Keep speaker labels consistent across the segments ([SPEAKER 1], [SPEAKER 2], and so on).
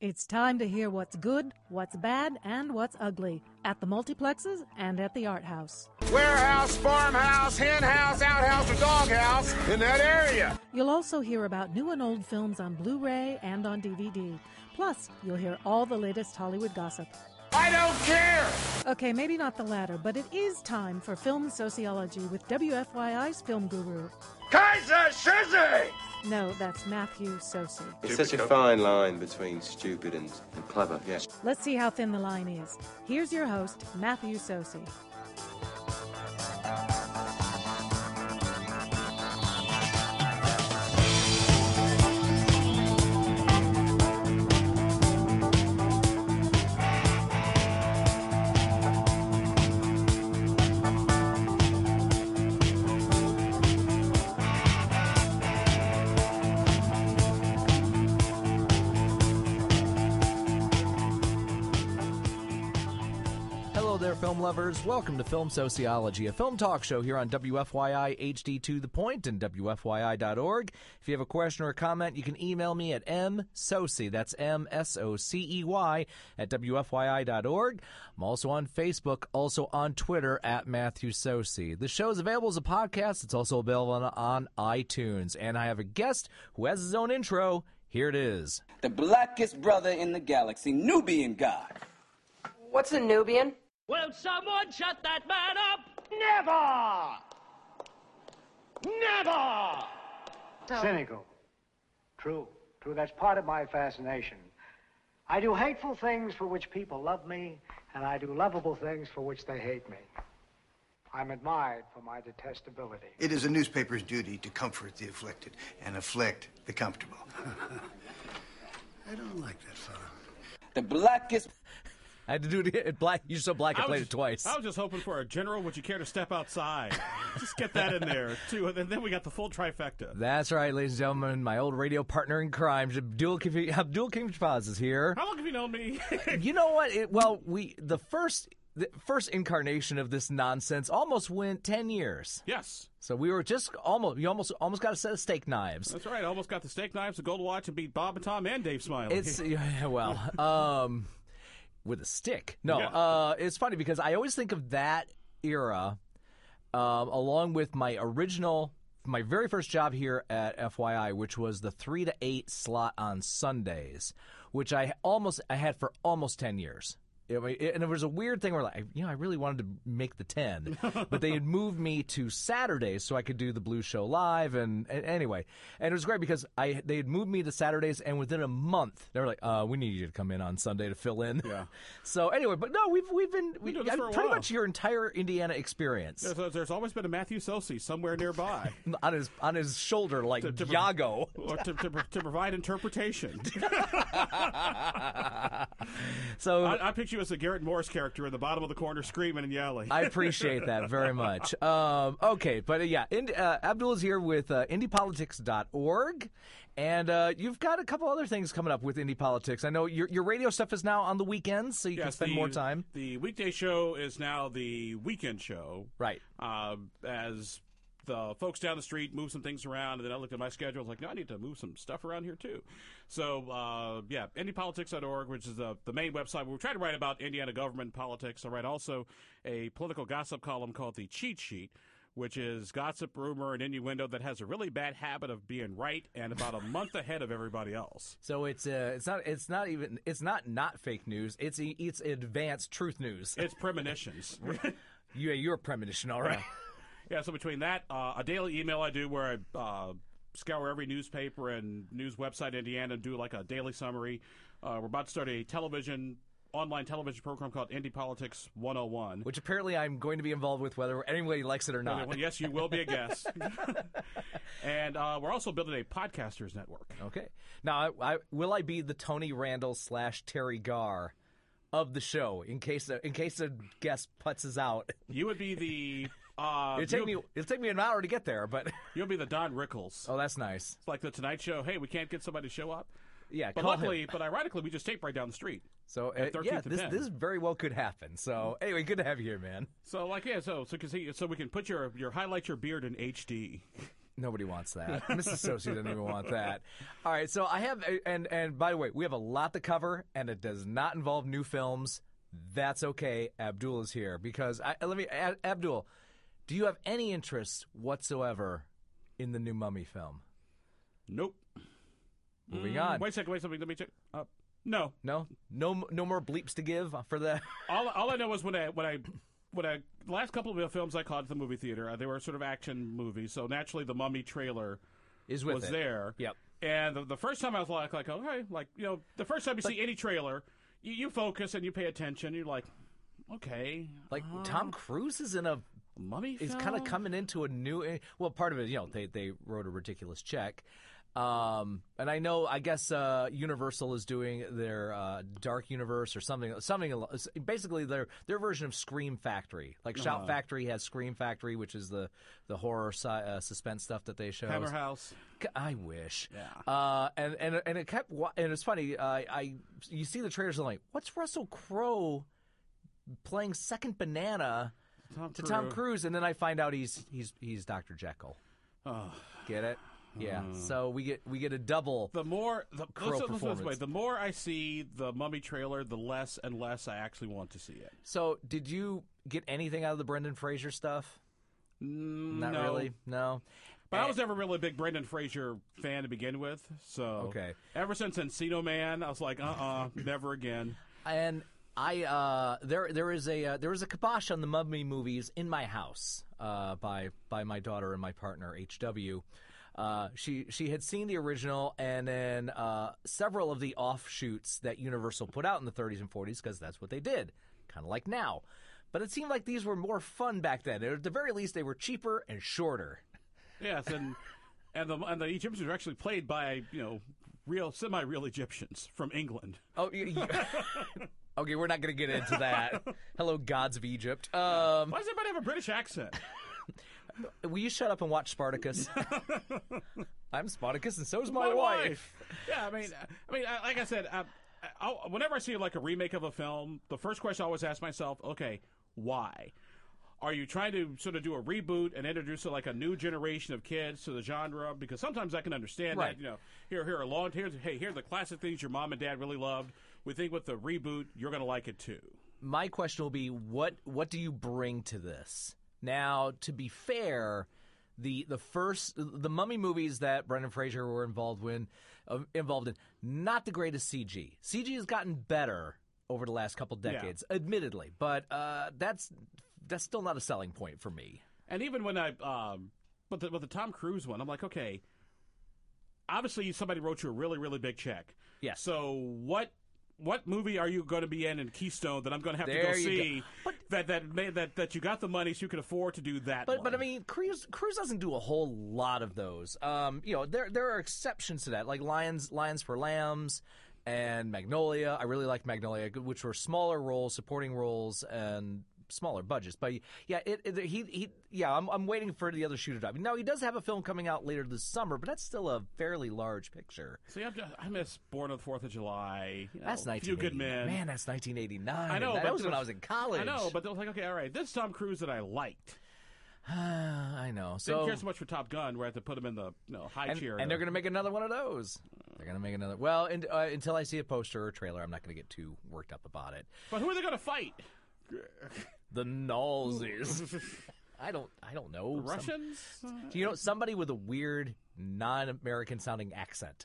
[SPEAKER 1] It's time to hear what's good, what's bad, and what's ugly at the multiplexes and at the art house.
[SPEAKER 2] Warehouse, farmhouse, hen house, outhouse, or doghouse in that area.
[SPEAKER 1] You'll also hear about new and old films on Blu ray and on DVD. Plus, you'll hear all the latest Hollywood gossip.
[SPEAKER 2] I don't care.
[SPEAKER 1] Okay, maybe not the latter, but it is time for film sociology with WFYI's film guru.
[SPEAKER 2] Kaiser Sissy!
[SPEAKER 1] No, that's Matthew Sosi.
[SPEAKER 3] It's such a fine line between stupid and, and clever, yes.
[SPEAKER 1] Let's see how thin the line is. Here's your host, Matthew Sosi.
[SPEAKER 4] Hello there, film lovers. Welcome to Film Sociology, a film talk show here on WFYI HD to the point and WFYI.org. If you have a question or a comment, you can email me at msoce, E. that's M-S-O-C-E-Y, E at WFYI.org. I'm also on Facebook, also on Twitter, at Matthew Soce. The show is available as a podcast. It's also available on, on iTunes. And I have a guest who has his own intro. Here it is.
[SPEAKER 5] the blackest brother in the galaxy, Nubian God.
[SPEAKER 6] What's a Nubian?
[SPEAKER 7] Will someone shut that man up?
[SPEAKER 8] Cynical. True. True. That's part of my fascination. I do hateful things for which people love me, and I do lovable things for which they hate me. I'm admired for my detestability.
[SPEAKER 9] It is a newspaper's duty to comfort the afflicted and afflict the comfortable. I don't like that fellow.
[SPEAKER 5] The blackest
[SPEAKER 4] I had to do it in black. You're so black, I, played it
[SPEAKER 10] just-
[SPEAKER 4] twice.
[SPEAKER 10] I was just hoping for a general. Would you care to step outside? just get that in there too, and then- then we got the full trifecta.
[SPEAKER 4] That's right, ladies and gentlemen. My old radio partner in crime, Abdul Kafi- Abdul King Faz is here.
[SPEAKER 10] How long have you known me?
[SPEAKER 4] You know what? It, well, we the first the first incarnation of this nonsense almost went ten years.
[SPEAKER 10] yes,
[SPEAKER 4] So we were just almost you almost almost got a set of steak knives.
[SPEAKER 10] that's right. I almost got the steak knives, the gold watch, and beat Bob and Tom and Dave Smiley.
[SPEAKER 4] It's yeah, well, um, with a stick. No,
[SPEAKER 10] Yeah.
[SPEAKER 4] uh, it's funny because I always think of that era, um, along with my original, my very first job here at FYI, which was the three to eight slot on Sundays, which I almost I had for almost ten years. It, it- and it was a weird thing where, like, you know, I really wanted to make the 10, but they had moved me to Saturdays so I could do the Blue Show live. And, and anyway, and it was great because I they had moved me to Saturdays, and within a month they were like, uh, "We need you to come in on Sunday to fill in." Yeah. so anyway, but no, we've we've been we,
[SPEAKER 10] doing this
[SPEAKER 4] I-
[SPEAKER 10] for a
[SPEAKER 4] pretty
[SPEAKER 10] while.
[SPEAKER 4] much your entire Indiana experience
[SPEAKER 10] there's, there's always been a Matthew Sosi somewhere nearby
[SPEAKER 4] on his on his shoulder like
[SPEAKER 10] To- to-
[SPEAKER 4] Yago.
[SPEAKER 10] or to, to, to provide interpretation.
[SPEAKER 4] So
[SPEAKER 10] I, I picture you as the Garrett Morris character in the bottom of the corner, screaming and yelling.
[SPEAKER 4] I appreciate that very much. Um, okay, but uh, yeah, ind uh, Abdul is here with uh, indiepolitics.org. And uh, you've got a couple other things coming up with Indie Politics. I know your, your radio stuff is now on the weekends, so you can
[SPEAKER 10] Yes,
[SPEAKER 4] spend
[SPEAKER 10] the-
[SPEAKER 4] more time.
[SPEAKER 10] The weekday show is now the weekend show.
[SPEAKER 4] Right.
[SPEAKER 10] Uh, as the folks down the street move some things around, and then I looked at my schedule. I was like, no, I need to move some stuff around here too. So, uh, yeah, IndiePolitics.org, which is the, the main website. We're trying to write about Indiana government and politics. I write also a political gossip column called the Cheat Sheet. Which is gossip, rumor, and innuendo that has a really bad habit of being right and about a month ahead of everybody else.
[SPEAKER 4] So it's uh, it's not it's not even it's not not fake news. It's e- it's advanced truth news.
[SPEAKER 10] It's premonitions.
[SPEAKER 4] you you're a premonition, all right.
[SPEAKER 10] Yeah, so between that, uh, a daily email I do where I uh, scour every newspaper and news website in Indiana and do like a daily summary. Uh, we're about to start a television, online television program called Indie Politics 101.
[SPEAKER 4] Which apparently I'm going to be involved with, whether anybody likes it or not.
[SPEAKER 10] well, yes, you will be a guest. and uh, we're also building a podcasters network.
[SPEAKER 4] Okay. Now, I, I, will I be the Tony Randall slash Terry Garr of the show in case uh, in case a guest puts us out?
[SPEAKER 10] You would be the. Uh,
[SPEAKER 4] It'll take me
[SPEAKER 10] you'll,
[SPEAKER 4] it'll take me an hour to get there, but
[SPEAKER 10] you'll be the Don Rickles.
[SPEAKER 4] oh, that's nice.
[SPEAKER 10] It's like the Tonight Show. Hey, we can't get somebody to show up.
[SPEAKER 4] Yeah,
[SPEAKER 10] But
[SPEAKER 4] call
[SPEAKER 10] luckily,
[SPEAKER 4] him.
[SPEAKER 10] but ironically, we just tape right down the street.
[SPEAKER 4] So uh,
[SPEAKER 10] 13
[SPEAKER 4] yeah,
[SPEAKER 10] to
[SPEAKER 4] this
[SPEAKER 10] 10.
[SPEAKER 4] this very well could happen. So anyway, good to have you here, man.
[SPEAKER 10] So like yeah, so so 'cause he, so we can put your your highlight your beard in HD.
[SPEAKER 4] Nobody wants that. Mrs. Sosie doesn't even want that. All right, so I have and and by the way, we have a lot to cover, and it does not involve new films. That's okay. Abdul is here because I let me. A- Abdul, do you have any interest whatsoever in the new Mummy film?
[SPEAKER 10] Nope.
[SPEAKER 4] Moving on.
[SPEAKER 10] Mm, Wait a second. Wait something. Let me check. Uh, no.
[SPEAKER 4] No, no, no more bleeps to give for the.
[SPEAKER 10] All, all I know was when I when I when I the last couple of films I caught at the movie theater, uh, they were sort of action movies. So naturally, the Mummy trailer
[SPEAKER 4] Is with
[SPEAKER 10] was
[SPEAKER 4] it.
[SPEAKER 10] there.
[SPEAKER 4] Yep.
[SPEAKER 10] And the, the first time I was like, like, okay, like you know, the first time you see any trailer, you, you focus and you pay attention. You're like, okay,
[SPEAKER 4] Like
[SPEAKER 10] Ah.
[SPEAKER 4] Tom Cruise is in a
[SPEAKER 10] Mummy.
[SPEAKER 4] It's
[SPEAKER 10] film?
[SPEAKER 4] kind of coming into a new. Well, part of it, you know, they they wrote a ridiculous check, um, and I know. I guess uh, Universal is doing their uh, Dark Universe or something. Something al- s- basically their their version of Scream Factory. Like Shout Factory has Scream Factory, which is the the horror si- uh, suspense stuff that they show.
[SPEAKER 10] Hammer House.
[SPEAKER 4] G- I wish. Uh, and and and it kept wa- and it's funny. Uh, I you see the trailers and I'm like, what's Russell Crowe playing second banana to Tom Cruise? And then I find out he's he's he's Dr. Jekyll. Get it? Yeah. So we get we get a double.
[SPEAKER 10] The more the
[SPEAKER 4] Crow
[SPEAKER 10] let's- let's put it this
[SPEAKER 4] performance.
[SPEAKER 10] way, the more I see the Mummy trailer, the less and less I actually want to see it.
[SPEAKER 4] so did you get anything out of the Brendan Fraser stuff? Not
[SPEAKER 10] no.
[SPEAKER 4] really. Mm, No.
[SPEAKER 10] But
[SPEAKER 4] Eh,
[SPEAKER 10] I was never really a big Brendan Fraser fan to begin with, so
[SPEAKER 4] Okay.
[SPEAKER 10] Ever since Encino Man, I was like, uh, uh never again.
[SPEAKER 4] and I uh, there there is a uh, there is a kibosh on the Mummy movies in my house uh, by by my daughter and my partner HW. Uh, she she had seen the original and then uh, several of the offshoots that Universal put out in the 30s and 40s because that's what they did, kind of like now. But it seemed like these were more fun back then. At the very least, they were cheaper and shorter.
[SPEAKER 10] Yes, and and the and the Egyptians were actually played by you know real semi-real Egyptians from England.
[SPEAKER 4] Oh, y y- okay. We're not going to get into that. Hello, gods of Egypt. Um,
[SPEAKER 10] Why does everybody have a British accent?
[SPEAKER 4] Will you shut up and watch Spartacus? I'm Spartacus, and so is my,
[SPEAKER 10] Yeah, I mean, I mean, I, like I said, I, I, I- whenever I see like a remake of a film, the first question I always ask myself, okay, why? Are you trying to sort of do a reboot and introduce like a new generation of kids to the genre? Because sometimes I can understand
[SPEAKER 4] Right.
[SPEAKER 10] that. You know, here, here are long, here's hey, here are the classic things your mom and dad really loved. We think with the reboot, you're going to like it too.
[SPEAKER 4] My question will be what What do you bring to this? Now, to be fair, the the first the Mummy movies that Brendan Fraser were involved in, uh, involved in, not the greatest CG. CG has gotten better over the last couple decades, admittedly, but uh, that's that's still not a selling point for me.
[SPEAKER 10] And even when I, um, but the, but the Tom Cruise one, I'm like, okay, obviously somebody wrote you a really, really big check.
[SPEAKER 4] Yes.
[SPEAKER 10] So what, what movie are you going to be in in Keystone that I'm going to have to
[SPEAKER 4] There
[SPEAKER 10] go
[SPEAKER 4] you go.
[SPEAKER 10] see that that made that that you got the money so you can afford to do that?
[SPEAKER 4] But
[SPEAKER 10] one?
[SPEAKER 4] but I mean, Cruz Cruz doesn't do a whole lot of those. Um, you know, there there are exceptions to that, like Lions Lions for Lambs and Magnolia. I really like Magnolia, which were smaller roles, supporting roles, and smaller budgets. But yeah, it, it- he he yeah, I'm I'm waiting for the other shoe to drop. Now he does have a film coming out later this summer, but that's still a fairly large picture.
[SPEAKER 10] see, I'm just, I miss Born on the Fourth of July. You
[SPEAKER 4] That's
[SPEAKER 10] know, Few
[SPEAKER 4] nineteen.
[SPEAKER 10] Good Men.
[SPEAKER 4] Man, that's 1989.
[SPEAKER 10] I know.
[SPEAKER 4] That
[SPEAKER 10] but
[SPEAKER 4] was
[SPEAKER 10] there
[SPEAKER 4] when I was in college.
[SPEAKER 10] I know, but I was like, okay, all right, this is Tom Cruise that I liked.
[SPEAKER 4] I know.
[SPEAKER 10] Didn't
[SPEAKER 4] So
[SPEAKER 10] care so much for Top Gun, where I had to put him in the you know, high
[SPEAKER 4] and,
[SPEAKER 10] chair.
[SPEAKER 4] and they're going to make another one of those. They're going to make another. Well, and, uh, until I see a poster or trailer, I'm not going to get too worked up about it.
[SPEAKER 10] But who are they going to fight?
[SPEAKER 4] The Nazis. I don't. I don't know. Some-
[SPEAKER 10] Russians?
[SPEAKER 4] you know, somebody with a weird non-American sounding accent.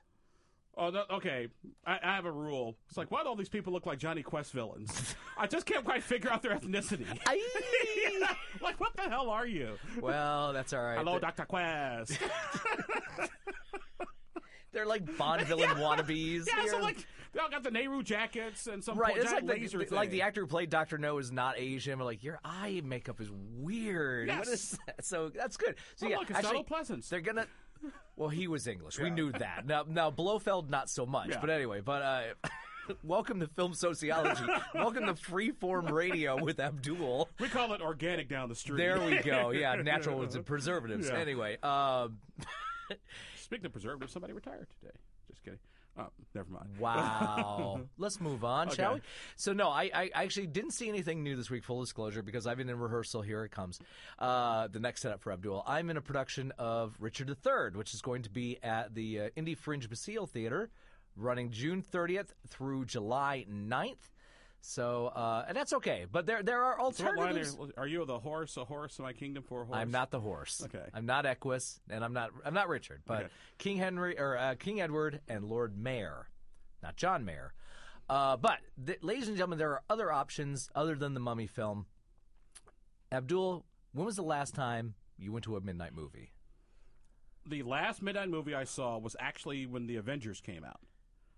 [SPEAKER 10] Oh, no, okay. I, I have a rule. It's like, why do all these people look like Johnny Quest villains? I just can't quite figure out their ethnicity.
[SPEAKER 4] Aye.
[SPEAKER 10] like, what the hell are you?
[SPEAKER 4] well, that's all right.
[SPEAKER 10] Hello,
[SPEAKER 4] they're,
[SPEAKER 10] Dr. Quest.
[SPEAKER 4] they're like Bond villain wannabes.
[SPEAKER 10] yeah, so
[SPEAKER 4] They're-
[SPEAKER 10] like, they all got the Nehru jackets and some
[SPEAKER 4] Right,
[SPEAKER 10] po-
[SPEAKER 4] it's like
[SPEAKER 10] giant
[SPEAKER 4] the,
[SPEAKER 10] laser
[SPEAKER 4] the-
[SPEAKER 10] thing.
[SPEAKER 4] like the actor who played Doctor No is not Asian. But like your eye makeup is weird. What
[SPEAKER 10] Yes.
[SPEAKER 4] is that? So that's good. So
[SPEAKER 10] Oh,
[SPEAKER 4] yeah,
[SPEAKER 10] look, it's
[SPEAKER 4] actually,
[SPEAKER 10] Donald Pleasance.
[SPEAKER 4] They're gonna. Well, he was English. We knew that. Now, now Blofeld, not so much. But anyway, but uh, welcome to film sociology. welcome to freeform radio with Abdul.
[SPEAKER 10] We call it organic down the street.
[SPEAKER 4] There we go. Yeah, natural woods and preservatives.
[SPEAKER 10] Yeah.
[SPEAKER 4] Anyway, um,
[SPEAKER 10] Speaking of preservatives, somebody retired today. Just kidding. Oh, never mind.
[SPEAKER 4] Wow. Let's move on, shall
[SPEAKER 10] Okay.
[SPEAKER 4] we? So no, I, I actually didn't see anything new this week. Full disclosure, because I've been in rehearsal. Here it comes. Uh, the next setup for Abdul. I'm in a production of Richard III, which is going to be at the uh, Indy Fringe Basile Theater, running June 30th through July 9th. So uh, and that's okay, but there there are
[SPEAKER 10] So what line
[SPEAKER 4] alternatives.
[SPEAKER 10] are, are you the horse, a horse, my kingdom for a horse?
[SPEAKER 4] I'm not the horse.
[SPEAKER 10] Okay.
[SPEAKER 4] I'm not Equus, and I'm not I'm not Richard, but
[SPEAKER 10] Okay.
[SPEAKER 4] King Henry or uh, King Edward and Lord Mayor, not John Mayor. Uh, but, th- ladies and gentlemen, there are other options other than the Mummy film. Abdul, when was the last time you went to a midnight movie?
[SPEAKER 10] The last midnight movie I saw was actually when the Avengers came out.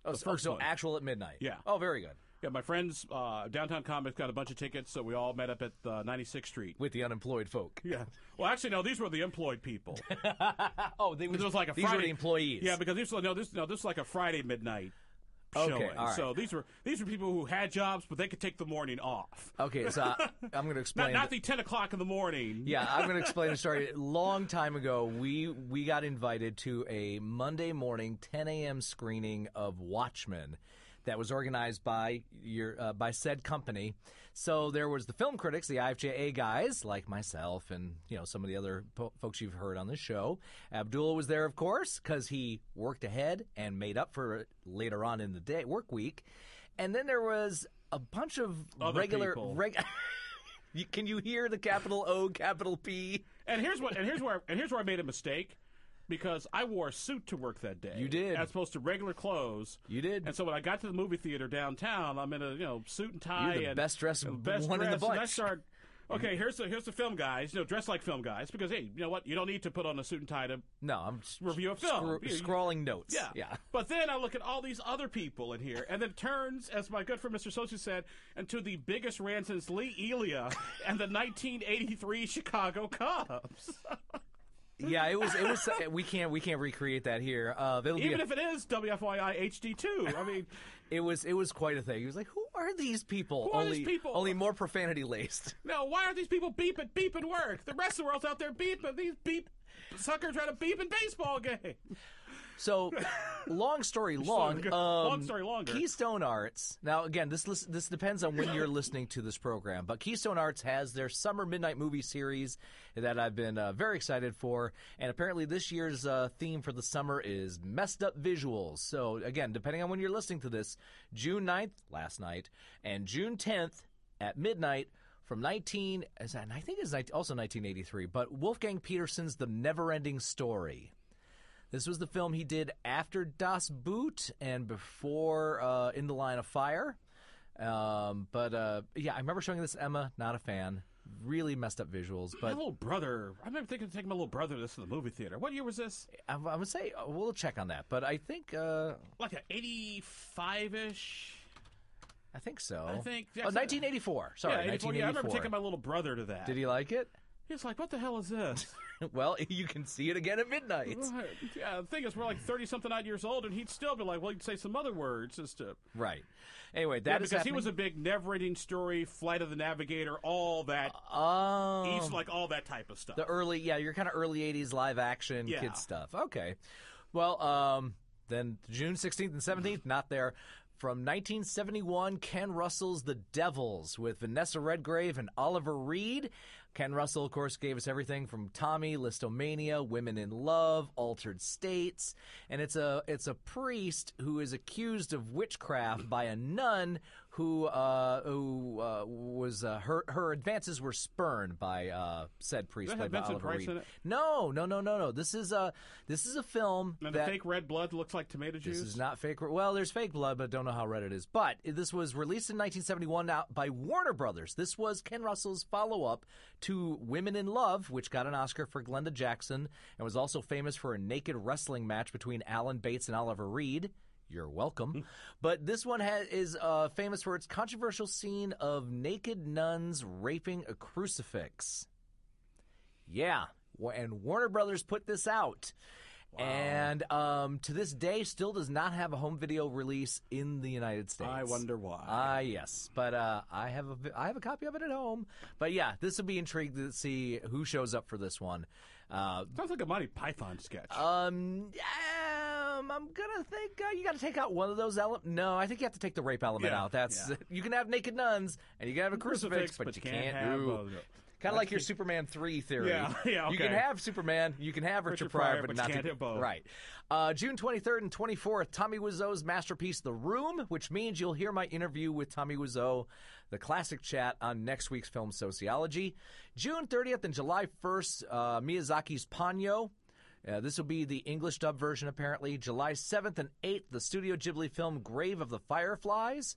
[SPEAKER 4] Oh, so,
[SPEAKER 10] first
[SPEAKER 4] so
[SPEAKER 10] one.
[SPEAKER 4] actual at midnight.
[SPEAKER 10] Yeah.
[SPEAKER 4] Oh, very good.
[SPEAKER 10] Yeah, my friends, uh, Downtown Comics got a bunch of tickets, so we all met up at uh, 96th Street.
[SPEAKER 4] With the unemployed folk.
[SPEAKER 10] Yeah. Well, actually, no. These were the employed people.
[SPEAKER 4] Oh, they
[SPEAKER 10] This was like a
[SPEAKER 4] these
[SPEAKER 10] Friday
[SPEAKER 4] were the employees.
[SPEAKER 10] Yeah, because these were- no, this no, this was like a Friday midnight
[SPEAKER 4] Okay,
[SPEAKER 10] showing.
[SPEAKER 4] all right.
[SPEAKER 10] So these were these were people who had jobs, but they could take the morning off.
[SPEAKER 4] okay, so I, I'm going to explain.
[SPEAKER 10] Not, not
[SPEAKER 4] the-
[SPEAKER 10] the ten o'clock in the morning.
[SPEAKER 4] Yeah, I'm going to explain the story. Long time ago, we we got invited to a Monday morning 10 a.m. screening of Watchmen that was organized by your uh, by said company. So there was the film critics, the IFJA guys like myself, and you know some of the other po- folks you've heard on this show. Abdul was there, of course, because he worked ahead and made up for it later on in the day work week. And then there was a bunch of
[SPEAKER 10] Other
[SPEAKER 4] regular
[SPEAKER 10] people.
[SPEAKER 4] reg- You- Can you hear the capital O, capital P?
[SPEAKER 10] And here's what and here's where and here's where I made a mistake because I wore a suit to work that day.
[SPEAKER 4] You did.
[SPEAKER 10] as opposed to regular clothes.
[SPEAKER 4] You did.
[SPEAKER 10] And so when I got to the movie theater downtown, I'm in a you know suit and tie.
[SPEAKER 4] You're the
[SPEAKER 10] and
[SPEAKER 4] best dressed
[SPEAKER 10] and best
[SPEAKER 4] one in the
[SPEAKER 10] dressed, And I
[SPEAKER 4] bunch.
[SPEAKER 10] start. Okay, here's the here's the film guys. You know, dress like film guys because hey, you know what? You don't need to put on a suit and tie to
[SPEAKER 4] No, I'm s-
[SPEAKER 10] Review a film.
[SPEAKER 4] scro- scrawling notes.
[SPEAKER 10] Yeah.
[SPEAKER 4] yeah.
[SPEAKER 10] But then I look at all these other people in here, and then turns, as my good friend Mr. Sochi said, into the biggest rant since Lee Elia and the 1983 Chicago Cubs.
[SPEAKER 4] Yeah, It was. It was. uh, we can't. We can't recreate that here. Uh, it'll
[SPEAKER 10] Even
[SPEAKER 4] be. a-
[SPEAKER 10] if it is WFYI HD2. I mean,
[SPEAKER 4] it was. It was quite a thing. He was like, "Who are these people?
[SPEAKER 10] Who are
[SPEAKER 4] only
[SPEAKER 10] these people?"
[SPEAKER 4] only more profanity laced."
[SPEAKER 10] no, why aren't these people beeping, beeping work? The rest of the world's out there beeping. These beep suckers trying to beep in baseball game.
[SPEAKER 4] So, long story long.
[SPEAKER 10] good.
[SPEAKER 4] Um,
[SPEAKER 10] Long story longer.
[SPEAKER 4] Keystone Arts. Now, again, this lis- this depends on when you're listening to this program, but Keystone Arts has their summer midnight movie series that I've been uh, very excited for, and apparently this year's uh, theme for the summer is messed up visuals. So, again, depending on when you're listening to this, June 9th, last night, and June 10th at midnight. From 19, is that- I think it's ni- also 1983, but Wolfgang Petersen's The Neverending Story. This was the film he did after Das Boot and before uh, In the Line of Fire. Um, but uh, yeah, I remember showing this to Emma. Not a fan. Really messed up visuals.
[SPEAKER 10] My
[SPEAKER 4] But
[SPEAKER 10] little brother, I remember thinking of taking my little brother to this to the movie theater. What year was this?
[SPEAKER 4] I, I would say uh, we'll check on that. But I think uh,
[SPEAKER 10] Like an 85 ish?
[SPEAKER 4] I think so.
[SPEAKER 10] I think-
[SPEAKER 4] oh, 1984. Sorry,
[SPEAKER 10] yeah, 84. Yeah, I remember
[SPEAKER 4] 1984.
[SPEAKER 10] taking my little brother to that.
[SPEAKER 4] Did he like it?
[SPEAKER 10] He's like, what the hell is this?
[SPEAKER 4] well, you can see it again at midnight.
[SPEAKER 10] Right. yeah, the thing is, we're like 30 something odd years old, and he'd still be like, well, he'd say some other words as to.
[SPEAKER 4] Right. Anyway,
[SPEAKER 10] Yeah,
[SPEAKER 4] that is
[SPEAKER 10] because he was a
[SPEAKER 4] happening-
[SPEAKER 10] big never ending story, Flight of the Navigator, all that.
[SPEAKER 4] Oh.
[SPEAKER 10] he's like all that type of stuff.
[SPEAKER 4] The early, yeah, your kind of early '80s live action
[SPEAKER 10] Yeah.
[SPEAKER 4] kid stuff. Okay, well, um, then June 16th and 17th, not there. From 1971, Ken Russell's The Devils with Vanessa Redgrave and Oliver Reed. Ken Russell, of course, gave us everything from Tommy, Listomania, Women in Love, Altered States, and it's a it's a priest who is accused of witchcraft by a nun who uh, who uh, was uh, her her advances were spurned by uh, said priest
[SPEAKER 10] Does that
[SPEAKER 4] played
[SPEAKER 10] have
[SPEAKER 4] by
[SPEAKER 10] Vincent
[SPEAKER 4] Oliver
[SPEAKER 10] Price
[SPEAKER 4] Reed.
[SPEAKER 10] in it?
[SPEAKER 4] No, no, no, no, no. This is a this is a film
[SPEAKER 10] and
[SPEAKER 4] that
[SPEAKER 10] the fake red blood looks like tomato juice.
[SPEAKER 4] this is not fake. Well, there's fake blood, but don't know how red it is. But this was released in 1971 out by Warner Brothers. This was Ken Russell's follow-up to Women in Love, which got an Oscar for Glenda Jackson and was also famous for a naked wrestling match between Alan Bates and Oliver Reed. You're welcome. but this one ha- is uh, famous for its controversial scene of naked nuns raping a crucifix. Yeah. Wa- And Warner Brothers put this out. And um, to this day, still does not have a home video release in the United States.
[SPEAKER 10] I wonder why.
[SPEAKER 4] Ah, yes, but uh, I have a vi- I have a copy of it at home. But yeah, this will be intrigued to see who shows up for this one. Uh,
[SPEAKER 10] Sounds like a Monty Python sketch.
[SPEAKER 4] um, um, Um, I'm gonna think uh, you got to take out one of those elements. No, I think you have to take the rape element
[SPEAKER 10] Yeah,
[SPEAKER 4] out. That's you can have naked nuns and you can have a crucifix, but, you can't,
[SPEAKER 10] have
[SPEAKER 4] do.
[SPEAKER 10] a-
[SPEAKER 4] Kind of like your Superman three theory.
[SPEAKER 10] Yeah, yeah,
[SPEAKER 4] You can
[SPEAKER 10] okay.
[SPEAKER 4] have Superman, you can have Richard,
[SPEAKER 10] Richard
[SPEAKER 4] Pryor,
[SPEAKER 10] Pryor,
[SPEAKER 4] but,
[SPEAKER 10] but you
[SPEAKER 4] not
[SPEAKER 10] can't
[SPEAKER 4] the-
[SPEAKER 10] have both.
[SPEAKER 4] Right. Uh, June 23rd and 24th, Tommy Wiseau's masterpiece, The Room, which means you'll hear my interview with Tommy Wiseau, the classic chat on next week's film Sociology. June 30th and July 1st, uh, Miyazaki's Ponyo. Uh, this will be the English dub version, apparently. July 7th and 8th, the Studio Ghibli film Grave of the Fireflies.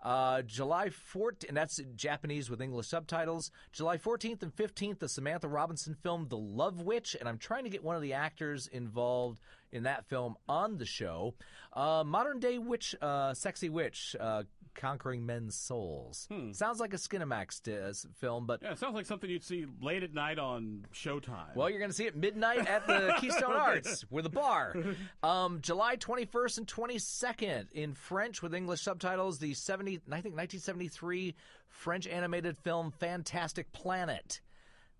[SPEAKER 4] Uh, July 14th, and that's Japanese with English subtitles. July 14th and 15th, the Samantha Robinson film The Love Witch, and I'm trying to get one of the actors involved in that film on the show. Uh, modern day witch, uh, sexy witch, uh, conquering men's souls. Sounds like a Skinamax uh, s- film, but
[SPEAKER 10] Yeah, it sounds like something you'd see late at night on Showtime.
[SPEAKER 4] well, you're going to see it midnight at the Keystone Arts with a bar. Um, July 21st and 22nd in French with English subtitles, the 70, I think 1973 French animated film Fantastic Planet.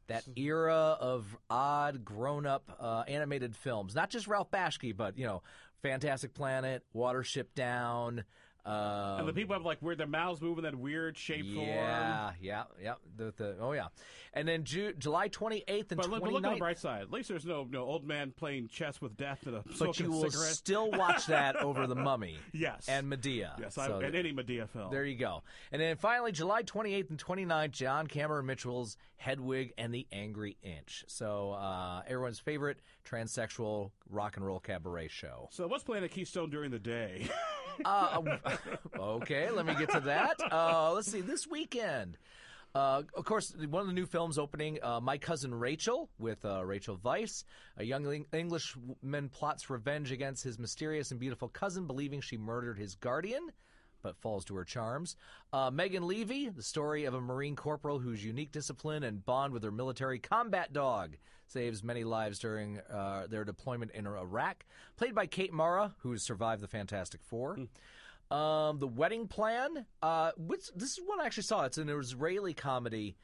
[SPEAKER 4] That
[SPEAKER 10] Hmm.
[SPEAKER 4] era of odd grown-up uh, animated films, not just Ralph Bashki, but you know, Fantastic Planet, Watership Down. Um,
[SPEAKER 10] and the people have like weird, their mouths move in that weird shape form.
[SPEAKER 4] yeah, yeah, yeah. The, the, oh yeah, and then Ju- July 28th and
[SPEAKER 10] But look, but
[SPEAKER 4] 29th.
[SPEAKER 10] look on the bright side. At least there's no no old man playing chess with death and a
[SPEAKER 4] but
[SPEAKER 10] smoking
[SPEAKER 4] you will
[SPEAKER 10] cigarette.
[SPEAKER 4] still watch that over the mummy
[SPEAKER 10] Yes.
[SPEAKER 4] and medea
[SPEAKER 10] yes, I,
[SPEAKER 4] So
[SPEAKER 10] and any Medea film.
[SPEAKER 4] there you go and then finally july 28th and 29th john cameron mitchell's hedwig and the angry inch so uh, everyone's favorite transsexual rock and roll cabaret show
[SPEAKER 10] so what's playing at Keystone during the day?
[SPEAKER 4] uh, okay let me get to that uh, let's see this weekend uh, of course, one of the new films opening, uh, My Cousin Rachel, with uh, Rachel Weisz. A young Eng- Englishman plots revenge against his mysterious and beautiful cousin, believing she murdered his guardian, but falls to her charms. Uh, Megan Levy, the story of a Marine corporal whose unique discipline and bond with her military combat dog saves many lives during uh, their deployment in Iraq. Played by Kate Mara, who has survived the Fantastic Four. Um, the Wedding Plan. Uh, which, this is one I actually saw. It's an Israeli comedy.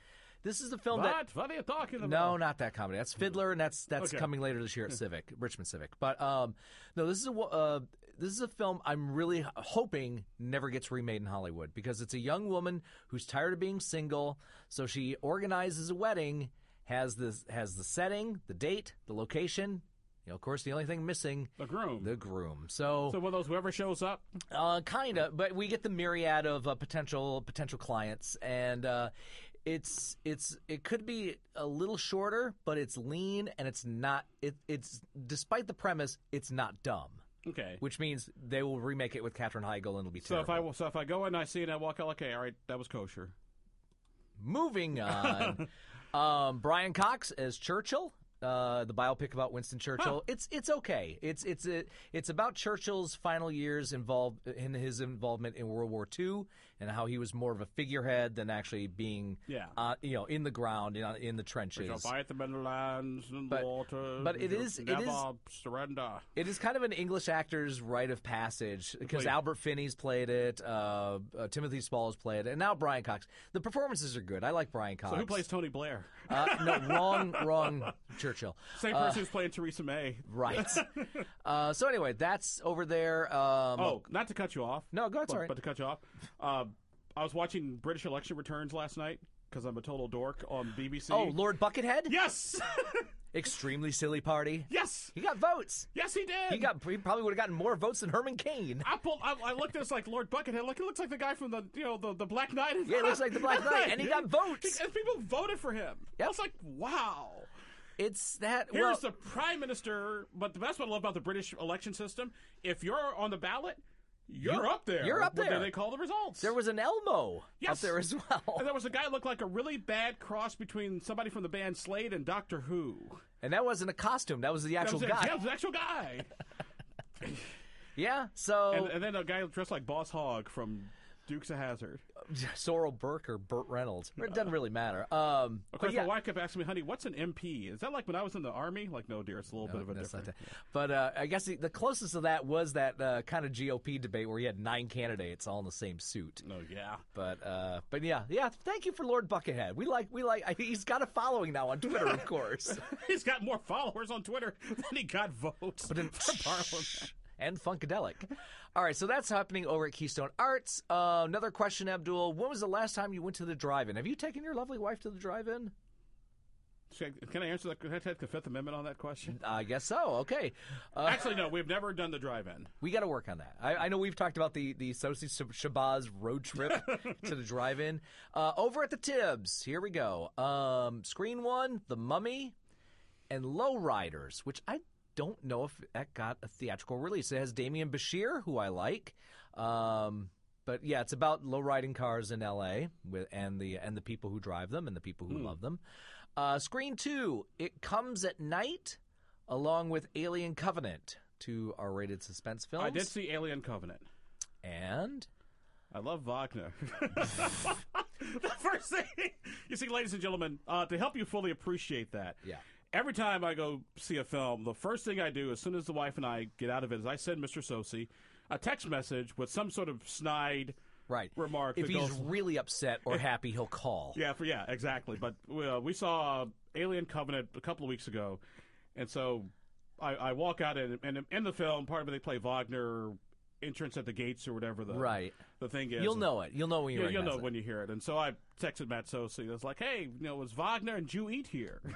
[SPEAKER 4] This is the film that
[SPEAKER 10] what? What are you talking about?
[SPEAKER 4] no, not that comedy. That's Fiddler, and that's that's
[SPEAKER 10] Okay. Hmm.
[SPEAKER 4] coming later this year at Civic, Richmond Civic. But um, no, this is a wo- uh, this is a film I'm really h- hoping never gets remade in Hollywood because it's a young woman who's tired of being single, so she organizes a wedding, has this has the setting, the date, the location. You know, of course, the only thing missing
[SPEAKER 10] The groom.
[SPEAKER 4] the groom. So,
[SPEAKER 10] so one of those whoever shows up.
[SPEAKER 4] uh, kind of, but we get the myriad of uh, potential potential clients, and uh, it's it's it could be a little shorter, but it's lean and it's not it it's despite the premise, it's not dumb,
[SPEAKER 10] Okay.
[SPEAKER 4] which means they will remake it with Katherine Heigl and it'll be
[SPEAKER 10] so if I
[SPEAKER 4] terrible.
[SPEAKER 10] will- so if I go in, I see it, I walk out. Okay, all right, that was kosher.
[SPEAKER 4] Moving on, um, Brian Cox as Churchill. Uh, the biopic about Winston Churchill. It's it's okay. It's it's it, it's about Churchill's final years involved in his involvement in World War II and how he was more of a figurehead than actually being
[SPEAKER 10] Yeah.
[SPEAKER 4] uh, you know in the ground in, in the
[SPEAKER 10] We shall
[SPEAKER 4] trenches.
[SPEAKER 10] fight the Meadowlands and
[SPEAKER 4] But-
[SPEAKER 10] water.
[SPEAKER 4] but it
[SPEAKER 10] We shall
[SPEAKER 4] is- it
[SPEAKER 10] never
[SPEAKER 4] is-
[SPEAKER 10] surrender.
[SPEAKER 4] It is kind of an English actor's rite of passage because
[SPEAKER 10] Wait.
[SPEAKER 4] Albert Finney's played it, uh, uh, Timothy Spall's played it, and now Brian Cox. The performances are good. I like Brian Cox.
[SPEAKER 10] So who plays Tony Blair?
[SPEAKER 4] Uh, no, wrong, wrong, Churchill. Uh,
[SPEAKER 10] Same person who's playing Theresa May.
[SPEAKER 4] Right. uh, so anyway, that's over there. Um,
[SPEAKER 10] Oh, not to cut you off.
[SPEAKER 4] No, go, it's
[SPEAKER 10] but,
[SPEAKER 4] all right.
[SPEAKER 10] But to cut you off, uh, I was watching British election returns last night because I'm a total dork on BBC.
[SPEAKER 4] oh, Lord Buckethead,
[SPEAKER 10] Yes,
[SPEAKER 4] extremely silly party.
[SPEAKER 10] yes,
[SPEAKER 4] He got votes.
[SPEAKER 10] yes, he did.
[SPEAKER 4] He got. He probably would have gotten more votes than Herman Cain.
[SPEAKER 10] I pulled. I, I looked at this like Lord Buckethead. Like he looks like the guy from the you know the, the Black Knight.
[SPEAKER 4] Yeah, he looks like the Black Knight, and he got votes.
[SPEAKER 10] And people voted for him. I was like, wow.
[SPEAKER 4] It's that.
[SPEAKER 10] Here's
[SPEAKER 4] well,
[SPEAKER 10] the prime minister. But the best what I love about the British election system: if you're on the ballot, you're, up there.
[SPEAKER 4] you're up
[SPEAKER 10] when
[SPEAKER 4] there.
[SPEAKER 10] They call the results.
[SPEAKER 4] there was an Elmo up
[SPEAKER 10] Yes.
[SPEAKER 4] there as well,
[SPEAKER 10] And there was a guy who looked like a really bad cross between somebody from the band Slade and Doctor Who.
[SPEAKER 4] and that wasn't a costume. That was the
[SPEAKER 10] That
[SPEAKER 4] actual
[SPEAKER 10] was it.
[SPEAKER 4] guy.
[SPEAKER 10] Yeah, it was an actual guy.
[SPEAKER 4] Yeah. So
[SPEAKER 10] and, and then a guy dressed like Boss Hogg from Dukes of Hazard.
[SPEAKER 4] Sorrel Burke or Burt Reynolds. It doesn't really matter. Um,
[SPEAKER 10] Of
[SPEAKER 4] but
[SPEAKER 10] course,
[SPEAKER 4] yeah.
[SPEAKER 10] my wife kept asking me, "Honey, what's an MP? Is that like when I was in the army?" Like, no, dear, it's a little bit of a
[SPEAKER 4] That's not
[SPEAKER 10] different.
[SPEAKER 4] that. But uh, I guess the, the closest to that was that uh, kind of GOP debate where you had nine candidates all in the same suit.
[SPEAKER 10] No, yeah.
[SPEAKER 4] But uh, but yeah, yeah. Thank you for Lord Buckethead. We like we like. I, he's got a following now on Twitter, of course.
[SPEAKER 10] He's got more followers on Twitter than he got votes.
[SPEAKER 4] But in
[SPEAKER 10] for Parliament.
[SPEAKER 4] and Funkadelic. All right, so that's happening over at Keystone Arts. Uh, another question, Abdul. When was the last time you went to the drive-in? Have you taken your lovely wife to the drive-in?
[SPEAKER 10] Can I- Can I answer that? Can I take the Fifth Amendment on that question?
[SPEAKER 4] I guess so. Okay. Uh,
[SPEAKER 10] Actually, no. We've never done the drive-in.
[SPEAKER 4] We got to work on that. I, I know we've talked about the the Sosi Shab- Shabazz road trip to the drive-in. Uh, over at the Tibbs, here we go. Um, screen one, The Mummy, and Lowriders, which I don't know if that got a theatrical release. It has Damian Bashir, who I like. Um, but yeah, it's about low riding cars in L.A. with and the and the people who drive them and the people
[SPEAKER 10] Hmm.
[SPEAKER 4] who love them. Uh, screen two, it comes at night, along with Alien Covenant, two R-rated suspense films.
[SPEAKER 10] I did see Alien Covenant.
[SPEAKER 4] And
[SPEAKER 10] I love Wagner. the first thing you see, ladies and gentlemen, uh, to help you fully appreciate that.
[SPEAKER 4] Yeah.
[SPEAKER 10] Every time I go see a film, the first thing I do, as soon as the wife and I get out of it, is I send Mr. Sosi a text message with some sort of snide
[SPEAKER 4] right,
[SPEAKER 10] remark.
[SPEAKER 4] If
[SPEAKER 10] that
[SPEAKER 4] he's
[SPEAKER 10] goes-
[SPEAKER 4] really upset or happy, he'll call.
[SPEAKER 10] Yeah, for, yeah, exactly. But uh, we saw Alien Covenant a couple of weeks ago, and so I, I walk out and, and in the film, part of it they play Wagner entrance at the gates or whatever the
[SPEAKER 4] Right.
[SPEAKER 10] the thing is.
[SPEAKER 4] You'll know it. You'll know when you
[SPEAKER 10] Yeah, you'll know
[SPEAKER 4] recognize it.
[SPEAKER 10] when you hear it. And so I texted Matt Sosi. I was like, "Hey, you know, was Wagner and Jew eat here?"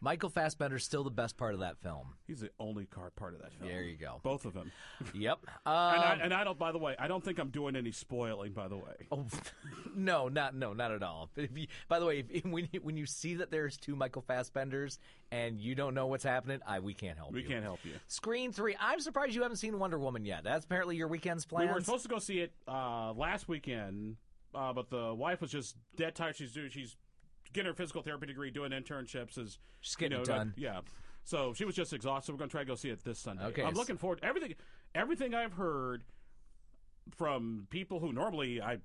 [SPEAKER 4] Michael Fassbender's still the best part of that film.
[SPEAKER 10] He's the only car part of that film.
[SPEAKER 4] There you go.
[SPEAKER 10] Both of them.
[SPEAKER 4] Yep.
[SPEAKER 10] and, I,
[SPEAKER 4] Um,
[SPEAKER 10] and I don't. By the way, I don't think I'm doing any spoiling. By the way,
[SPEAKER 4] Oh, no, not no, not at all. If you, by the way, if, if- when you, when you see that there's two Michael Fassbenders and you don't know what's happening, I we can't help
[SPEAKER 10] we
[SPEAKER 4] you.
[SPEAKER 10] can't help you.
[SPEAKER 4] Screen three. I'm surprised you haven't seen Wonder Woman yet. That's apparently your weekend's
[SPEAKER 10] We
[SPEAKER 4] plans.
[SPEAKER 10] were supposed to go see it uh, last weekend, uh, but the wife was just dead tired. She's doing, she's getting her physical therapy degree, doing internships. Is
[SPEAKER 4] She's getting
[SPEAKER 10] you know,
[SPEAKER 4] it done.
[SPEAKER 10] not- yeah. So she was just exhausted. We're going to try to go see it this Sunday.
[SPEAKER 4] Okay,
[SPEAKER 10] I'm
[SPEAKER 4] so-
[SPEAKER 10] looking forward. Everything, everything I've heard from people who normally I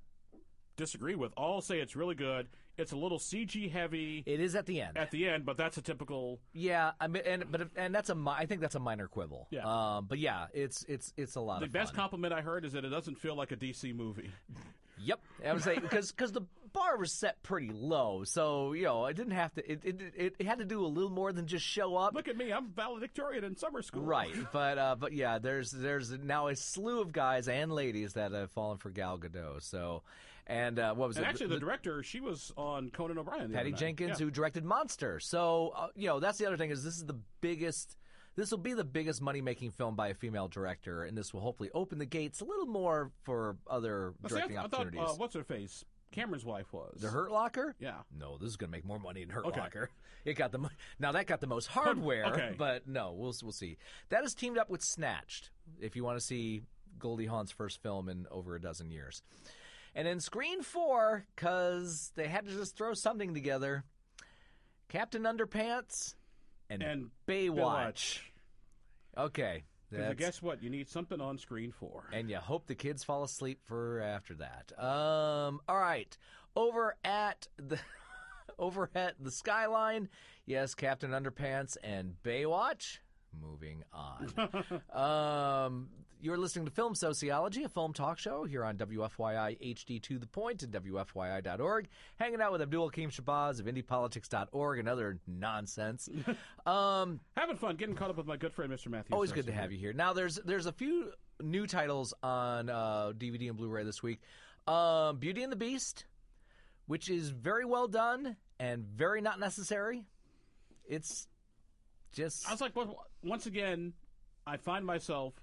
[SPEAKER 10] disagree with, all say it's really good. It's a little CG heavy
[SPEAKER 4] it is at the end.
[SPEAKER 10] at the end, but that's a typical.
[SPEAKER 4] yeah, I mean, and but if- and that's a mi- I think that's a minor quibble.
[SPEAKER 10] Yeah.
[SPEAKER 4] Um, but yeah, it's it's it's a lot
[SPEAKER 10] The
[SPEAKER 4] of
[SPEAKER 10] best
[SPEAKER 4] fun.
[SPEAKER 10] compliment I heard is that it doesn't feel like a DC movie.
[SPEAKER 4] Yep, I would say because the bar was set pretty low, so you know it didn't have to. It it, it, it had to do a little more than just show up.
[SPEAKER 10] Look at me, I'm valedictorian in summer school.
[SPEAKER 4] Right, but uh, but yeah, there's there's now a slew of guys and ladies that have fallen for Gal Gadot. So, and uh, what was
[SPEAKER 10] And
[SPEAKER 4] it?
[SPEAKER 10] actually, the, director, she was on Conan O'Brien. The
[SPEAKER 4] Patty
[SPEAKER 10] other night.
[SPEAKER 4] Jenkins,
[SPEAKER 10] Yeah.
[SPEAKER 4] who directed Monster. So uh, you know that's the other thing is this is the biggest. This will be the biggest money making film by a female director, and this will hopefully open the gates a little more for other
[SPEAKER 10] Now, see,
[SPEAKER 4] directing
[SPEAKER 10] I, th- I thought,
[SPEAKER 4] opportunities.
[SPEAKER 10] uh, what's her face? Cameron's wife was.
[SPEAKER 4] the Hurt Locker?
[SPEAKER 10] Yeah.
[SPEAKER 4] No, this is going to make more money than Hurt
[SPEAKER 10] Okay.
[SPEAKER 4] Locker. It got the mo- now that got the most hardware,
[SPEAKER 10] okay.
[SPEAKER 4] but no, we'll we'll see. That is teamed up with Snatched. If you want to see Goldie Hawn's first film in over a dozen years, and then Screen Four because they had to just throw something together. Captain Underpants and,
[SPEAKER 10] And
[SPEAKER 4] Baywatch. Okay,
[SPEAKER 10] Because
[SPEAKER 4] that's-
[SPEAKER 10] guess what? You need something on screen for.
[SPEAKER 4] and you hope the kids fall asleep for after that. Um, all right, over at the over at the skyline, yes, Captain Underpants and Baywatch. Moving on. um, you're listening to Film Sociology, a film talk show here on WFYI HD to the point and WFYI.org. Hanging out with Abdul Karim Shabazz of IndiePolitics.org and other nonsense. um,
[SPEAKER 10] Having fun, getting caught up with my good friend, Mr. Matthew.
[SPEAKER 4] Always good to have you here. Now there's there's a few new titles on uh, DVD and Blu-ray this week. Um, Beauty and the Beast, which is very well done and very not necessary. It's just
[SPEAKER 10] I was like, what- once again, I find myself,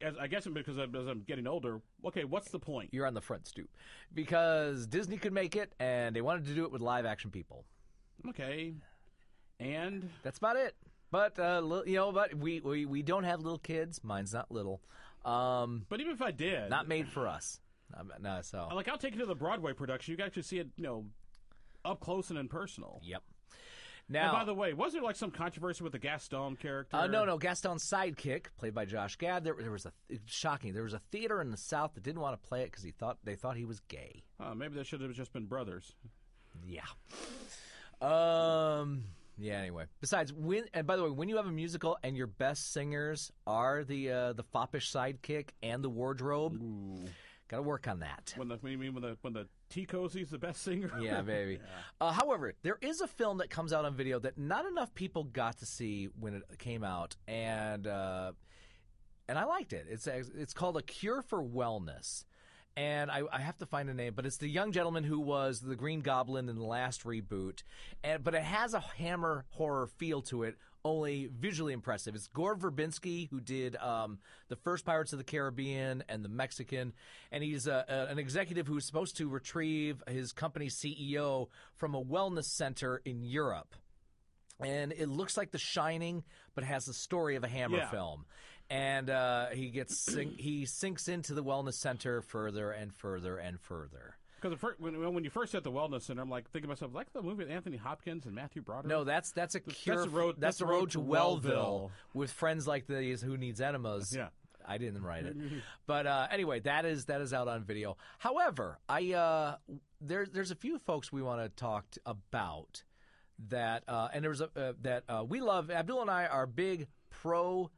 [SPEAKER 10] as I guess because I'm, as I'm getting older, okay, what's the point?
[SPEAKER 4] you're on the front stoop because Disney could make it and they wanted to do it with live action people.
[SPEAKER 10] Okay. And
[SPEAKER 4] That's about it. But uh, li- you know, but we, we we don't have little kids. Mine's not little. Um,
[SPEAKER 10] but even if I did,
[SPEAKER 4] not made for us. Um, no, so
[SPEAKER 10] like I'll take it to the Broadway production. You can actually see it, you know, up close and impersonal.
[SPEAKER 4] yep. Now,
[SPEAKER 10] and by the way, was there like some controversy with the Gaston character?
[SPEAKER 4] Uh, no, no. Gaston's sidekick, played by Josh Gad. There, there was a it was shocking. There was a theater in the South that didn't want to play it because he thought they thought he was gay.
[SPEAKER 10] Uh, maybe they should have just been brothers.
[SPEAKER 4] Yeah. Um. Yeah. Anyway. Besides, when and by the way, when you have a musical and your best singers are the uh, the foppish sidekick and the wardrobe, got to work on that.
[SPEAKER 10] When the when you mean when the when the T Cozy's the best singer.
[SPEAKER 4] Yeah, baby. Uh, however, there is a film that comes out on video that not enough people got to see when it came out, and uh, and I liked it. It's it's called A Cure for Wellness, and I, I have to find a name, but it's the young gentleman who was the Green Goblin in the last reboot, and but it has a Hammer horror feel to it. Only visually impressive. It's Gore Verbinski who did um, the first Pirates of the Caribbean and the Mexican, and he's a, a, an executive who's supposed to retrieve his company's CEO from a wellness center in Europe and it looks like The Shining, but has the story of a Hammer
[SPEAKER 10] Yeah.
[SPEAKER 4] film. And uh, he gets sink, he sinks into the wellness center further and further and further.
[SPEAKER 10] Because when, when you first said the wellness center, I'm like thinking to myself, like the movie with Anthony Hopkins and Matthew Broderick.
[SPEAKER 4] No, that's that's a cure.
[SPEAKER 10] the
[SPEAKER 4] f-
[SPEAKER 10] road-
[SPEAKER 4] that's the road to Wellville, with friends like these who needs enemas.
[SPEAKER 10] Yeah.
[SPEAKER 4] I didn't write it, but uh, anyway, that is that is out on video. However, I uh, there there's a few folks we want to talk t- about that, uh, and there was a uh, that uh, we love. Abdul and I are big pro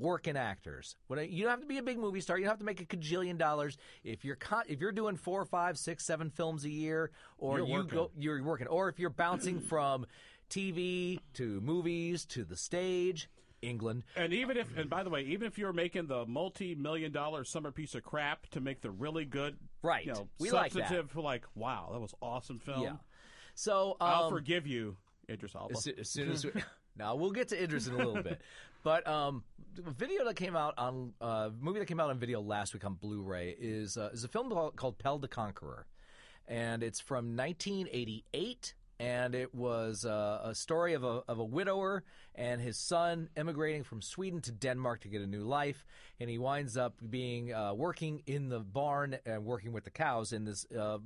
[SPEAKER 4] working actors. When I, you don't have to be a big movie star, you don't have to make a cajillion dollars. If you're con- if you're doing four, five, six, seven films a year, or
[SPEAKER 10] You're
[SPEAKER 4] you
[SPEAKER 10] working.
[SPEAKER 4] go you're working, or if you're bouncing from TV to movies to the stage, England.
[SPEAKER 10] And even if, and by the way, even if you're making the multi-million dollar summer piece of crap to make the really good,
[SPEAKER 4] Right.
[SPEAKER 10] you know,
[SPEAKER 4] We like that.
[SPEAKER 10] substantive, like, wow, that was awesome film.
[SPEAKER 4] Yeah. So um,
[SPEAKER 10] I'll forgive you, Idris Elba.
[SPEAKER 4] as, soo- as soon as we, now we'll get to Idris in a little bit, but um, a video that came out on uh, movie that came out on video last week on Blu-ray is uh, is a film called, called Pell the Conqueror, and it's from 1988. And it was uh, a story of a, of a widower and his son emigrating from Sweden to Denmark to get a new life, and he winds up being uh, working in the barn and working with the cows in this uh,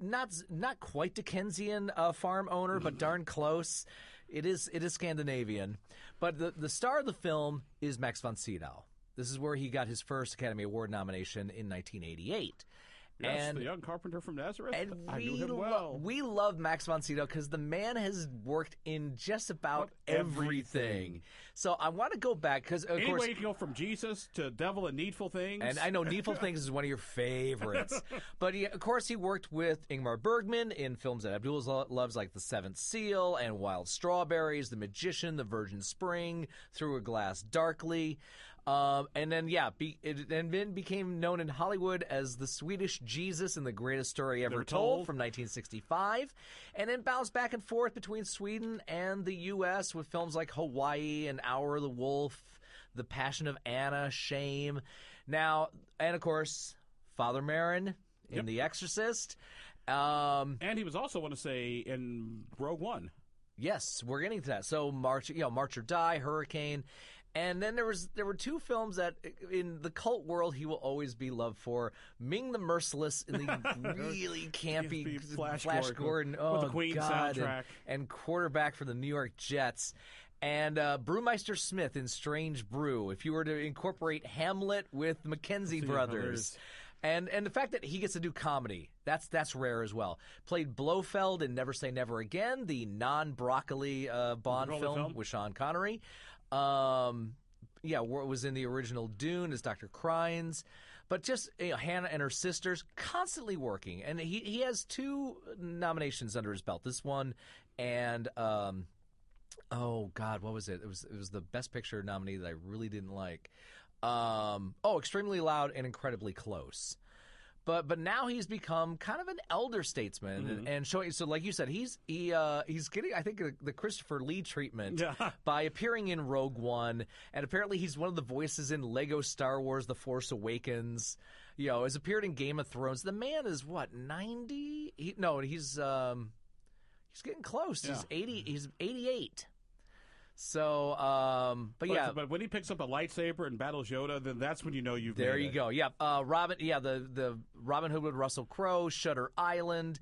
[SPEAKER 4] not not quite Dickensian uh, farm owner, but darn close. It is it is Scandinavian, but the the star of the film is Max von Sydow. This is where he got his first Academy Award nomination in 1988.
[SPEAKER 10] Yes,
[SPEAKER 4] and
[SPEAKER 10] the young carpenter from Nazareth.
[SPEAKER 4] and
[SPEAKER 10] I
[SPEAKER 4] we
[SPEAKER 10] knew him
[SPEAKER 4] lo-
[SPEAKER 10] well.
[SPEAKER 4] we love Max von Sydow because the man has worked in just about everything.
[SPEAKER 10] everything.
[SPEAKER 4] So I want to go back because of
[SPEAKER 10] Any
[SPEAKER 4] course
[SPEAKER 10] way you can go from Jesus to Devil and Needful Things.
[SPEAKER 4] And I know Needful Things is one of your favorites. But he, of course, he worked with Ingmar Bergman in films that Abdul lo- loves, like The Seventh Seal and Wild Strawberries, The Magician, The Virgin Spring, Through a Glass Darkly. Um, and then, yeah, be, it, and then became known in Hollywood as the Swedish Jesus in the greatest story ever
[SPEAKER 10] Never
[SPEAKER 4] told,
[SPEAKER 10] Told.
[SPEAKER 4] from 1965, and then bounced back and forth between Sweden and the U.S. with films like Hawaii and Hour of the Wolf, The Passion of Anna, Shame. Now, and of course, Father Marin in The Exorcist. Um,
[SPEAKER 10] And he was also, I want to say, in Rogue One.
[SPEAKER 4] Yes, we're getting to that. So March, you know, March or Die, Hurricane, and then there was there were two films that in the cult world he will always be loved for: Ming the Merciless in the really campy
[SPEAKER 10] Yes, the Flash
[SPEAKER 4] Gordon,
[SPEAKER 10] Gordon with
[SPEAKER 4] oh
[SPEAKER 10] the Queen
[SPEAKER 4] God, and-
[SPEAKER 10] soundtrack.
[SPEAKER 4] and, quarterback for the New York Jets. And uh, Brewmeister Smith in Strange Brew. If you were to incorporate Hamlet with Mackenzie Brothers,
[SPEAKER 10] Brothers.
[SPEAKER 4] and and the fact that he gets to do comedy, that's that's rare as well. Played Blofeld in Never Say Never Again, the non broccoli uh, Bond
[SPEAKER 10] Roller
[SPEAKER 4] film,
[SPEAKER 10] film.
[SPEAKER 4] with Sean Connery. Um, yeah, what was in the original Dune as Dr. Crines. But just you know, Hannah and her sisters constantly working, and he he has two nominations under his belt. This one and um, oh god what was it it was it was the best picture nominee that i really didn't like um oh extremely loud and incredibly close but but now he's become kind of an elder statesman and, and showing so like you said he's he uh he's getting i think the, the christopher lee treatment
[SPEAKER 10] Yeah.
[SPEAKER 4] by appearing in rogue one and apparently he's one of the voices in lego star wars the force awakens you know has appeared in game of thrones the man is what 90 he, no he's um he's getting close. He's eighty. He's eighty-eight. So, um, but
[SPEAKER 10] But,
[SPEAKER 4] yeah,
[SPEAKER 10] but when he picks up a lightsaber and battles Yoda, then that's when you know you've
[SPEAKER 4] there
[SPEAKER 10] made
[SPEAKER 4] you
[SPEAKER 10] it.
[SPEAKER 4] go. Yeah, uh, Robin. Yeah, the the Robin Hood with Russell Crowe, Shutter Island,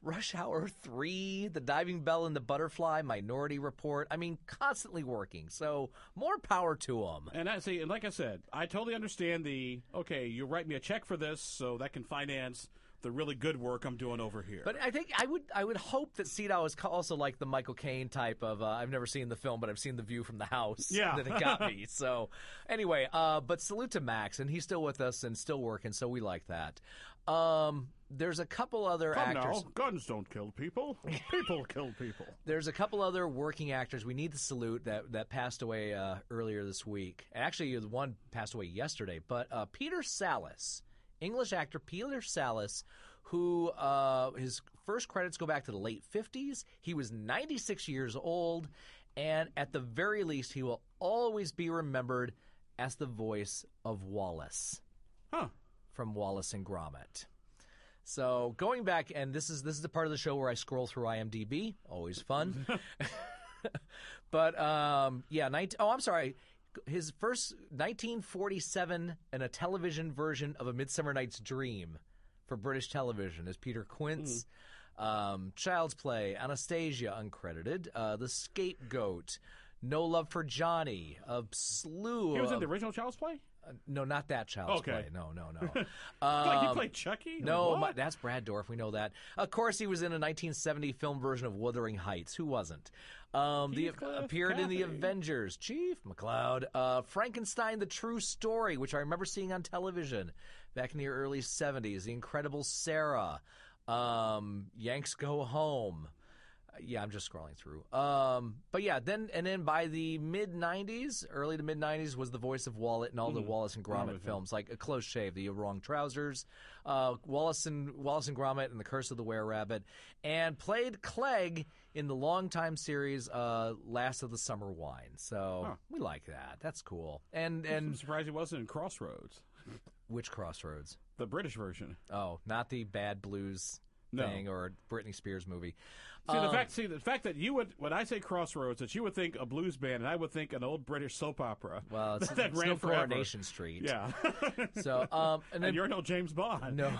[SPEAKER 4] Rush Hour Three, The Diving Bell and the Butterfly, Minority Report. I mean, constantly working. So more power to him.
[SPEAKER 10] And I see, and like I said, I totally understand the okay. You write me a check for this, so that can finance the really good work I'm doing over here.
[SPEAKER 4] But I think I would I would hope that Cedo is co- also like the Michael Caine type of uh, I've never seen the film, but I've seen the view from the house.
[SPEAKER 10] Yeah.
[SPEAKER 4] that it got me. So anyway, uh, but salute to Max, and he's still with us and still working, so we like that. Um, there's a couple other
[SPEAKER 10] Come
[SPEAKER 4] actors.
[SPEAKER 10] now, guns don't kill people. People kill people.
[SPEAKER 4] There's a couple other working actors we need to salute that that passed away uh, earlier this week. Actually, the one passed away yesterday. But uh, Peter Salis, English actor Peter Salis, who uh, his first credits go back to the late 50s. He was 96 years old, and at the very least, he will always be remembered as the voice of Wallace
[SPEAKER 10] Huh.
[SPEAKER 4] from Wallace and Gromit. So going back, and this is this is the part of the show where I scroll through IMDb. Always fun. but um, yeah, 19, oh, I'm sorry. His first 1947 and a television version of A Midsummer Night's Dream for British television is Peter Quince.
[SPEAKER 10] Hmm.
[SPEAKER 4] Um, Child's Play, Anastasia, uncredited. Uh, the Scapegoat, No Love for Johnny, a slew
[SPEAKER 10] He was in
[SPEAKER 4] of-
[SPEAKER 10] the original Child's Play?
[SPEAKER 4] no, not that Child's
[SPEAKER 10] Okay.
[SPEAKER 4] Play. No, no, no.
[SPEAKER 10] like,
[SPEAKER 4] Um,
[SPEAKER 10] he played Chucky?
[SPEAKER 4] no,
[SPEAKER 10] What?
[SPEAKER 4] my, that's Brad Dorf. We know that. Of course, he was in a 1970 film version of Wuthering Heights. Who wasn't? Um, the,
[SPEAKER 10] Heathcliff,
[SPEAKER 4] appeared in the
[SPEAKER 10] Kathy.
[SPEAKER 4] Avengers, Chief McCloud, uh, Frankenstein: The True Story, which I remember seeing on television back in the early 70s. The Incredible Sarah, um, Yanks Go Home. Uh, Yeah, I'm just scrolling through. Um, but yeah, then and then by the mid '90s, early to mid '90s, was the voice of Wallet in all
[SPEAKER 10] Mm-hmm.
[SPEAKER 4] the Wallace and Gromit films, like A Close Shave, The Wrong Trousers, uh, Wallace and Wallace and Gromit, and The Curse of the Were Rabbit, and played Clegg in the longtime series uh, Last of the Summer Wine. So we like that. That's cool. And
[SPEAKER 10] I'm
[SPEAKER 4] and
[SPEAKER 10] surprised he wasn't in Crossroads,
[SPEAKER 4] which Crossroads?
[SPEAKER 10] the British version.
[SPEAKER 4] Oh, not the Bad Blues
[SPEAKER 10] No.
[SPEAKER 4] thing or Britney Spears movie.
[SPEAKER 10] See
[SPEAKER 4] Um,
[SPEAKER 10] the fact. See the fact that you would, when I say Crossroads, that you would think a blues band, and I would think an old British soap opera.
[SPEAKER 4] Well, it's,
[SPEAKER 10] that
[SPEAKER 4] it's
[SPEAKER 10] ran
[SPEAKER 4] no
[SPEAKER 10] forever.
[SPEAKER 4] Coronation Street.
[SPEAKER 10] Yeah,
[SPEAKER 4] So, um, and then
[SPEAKER 10] and you're no James Bond.
[SPEAKER 4] No.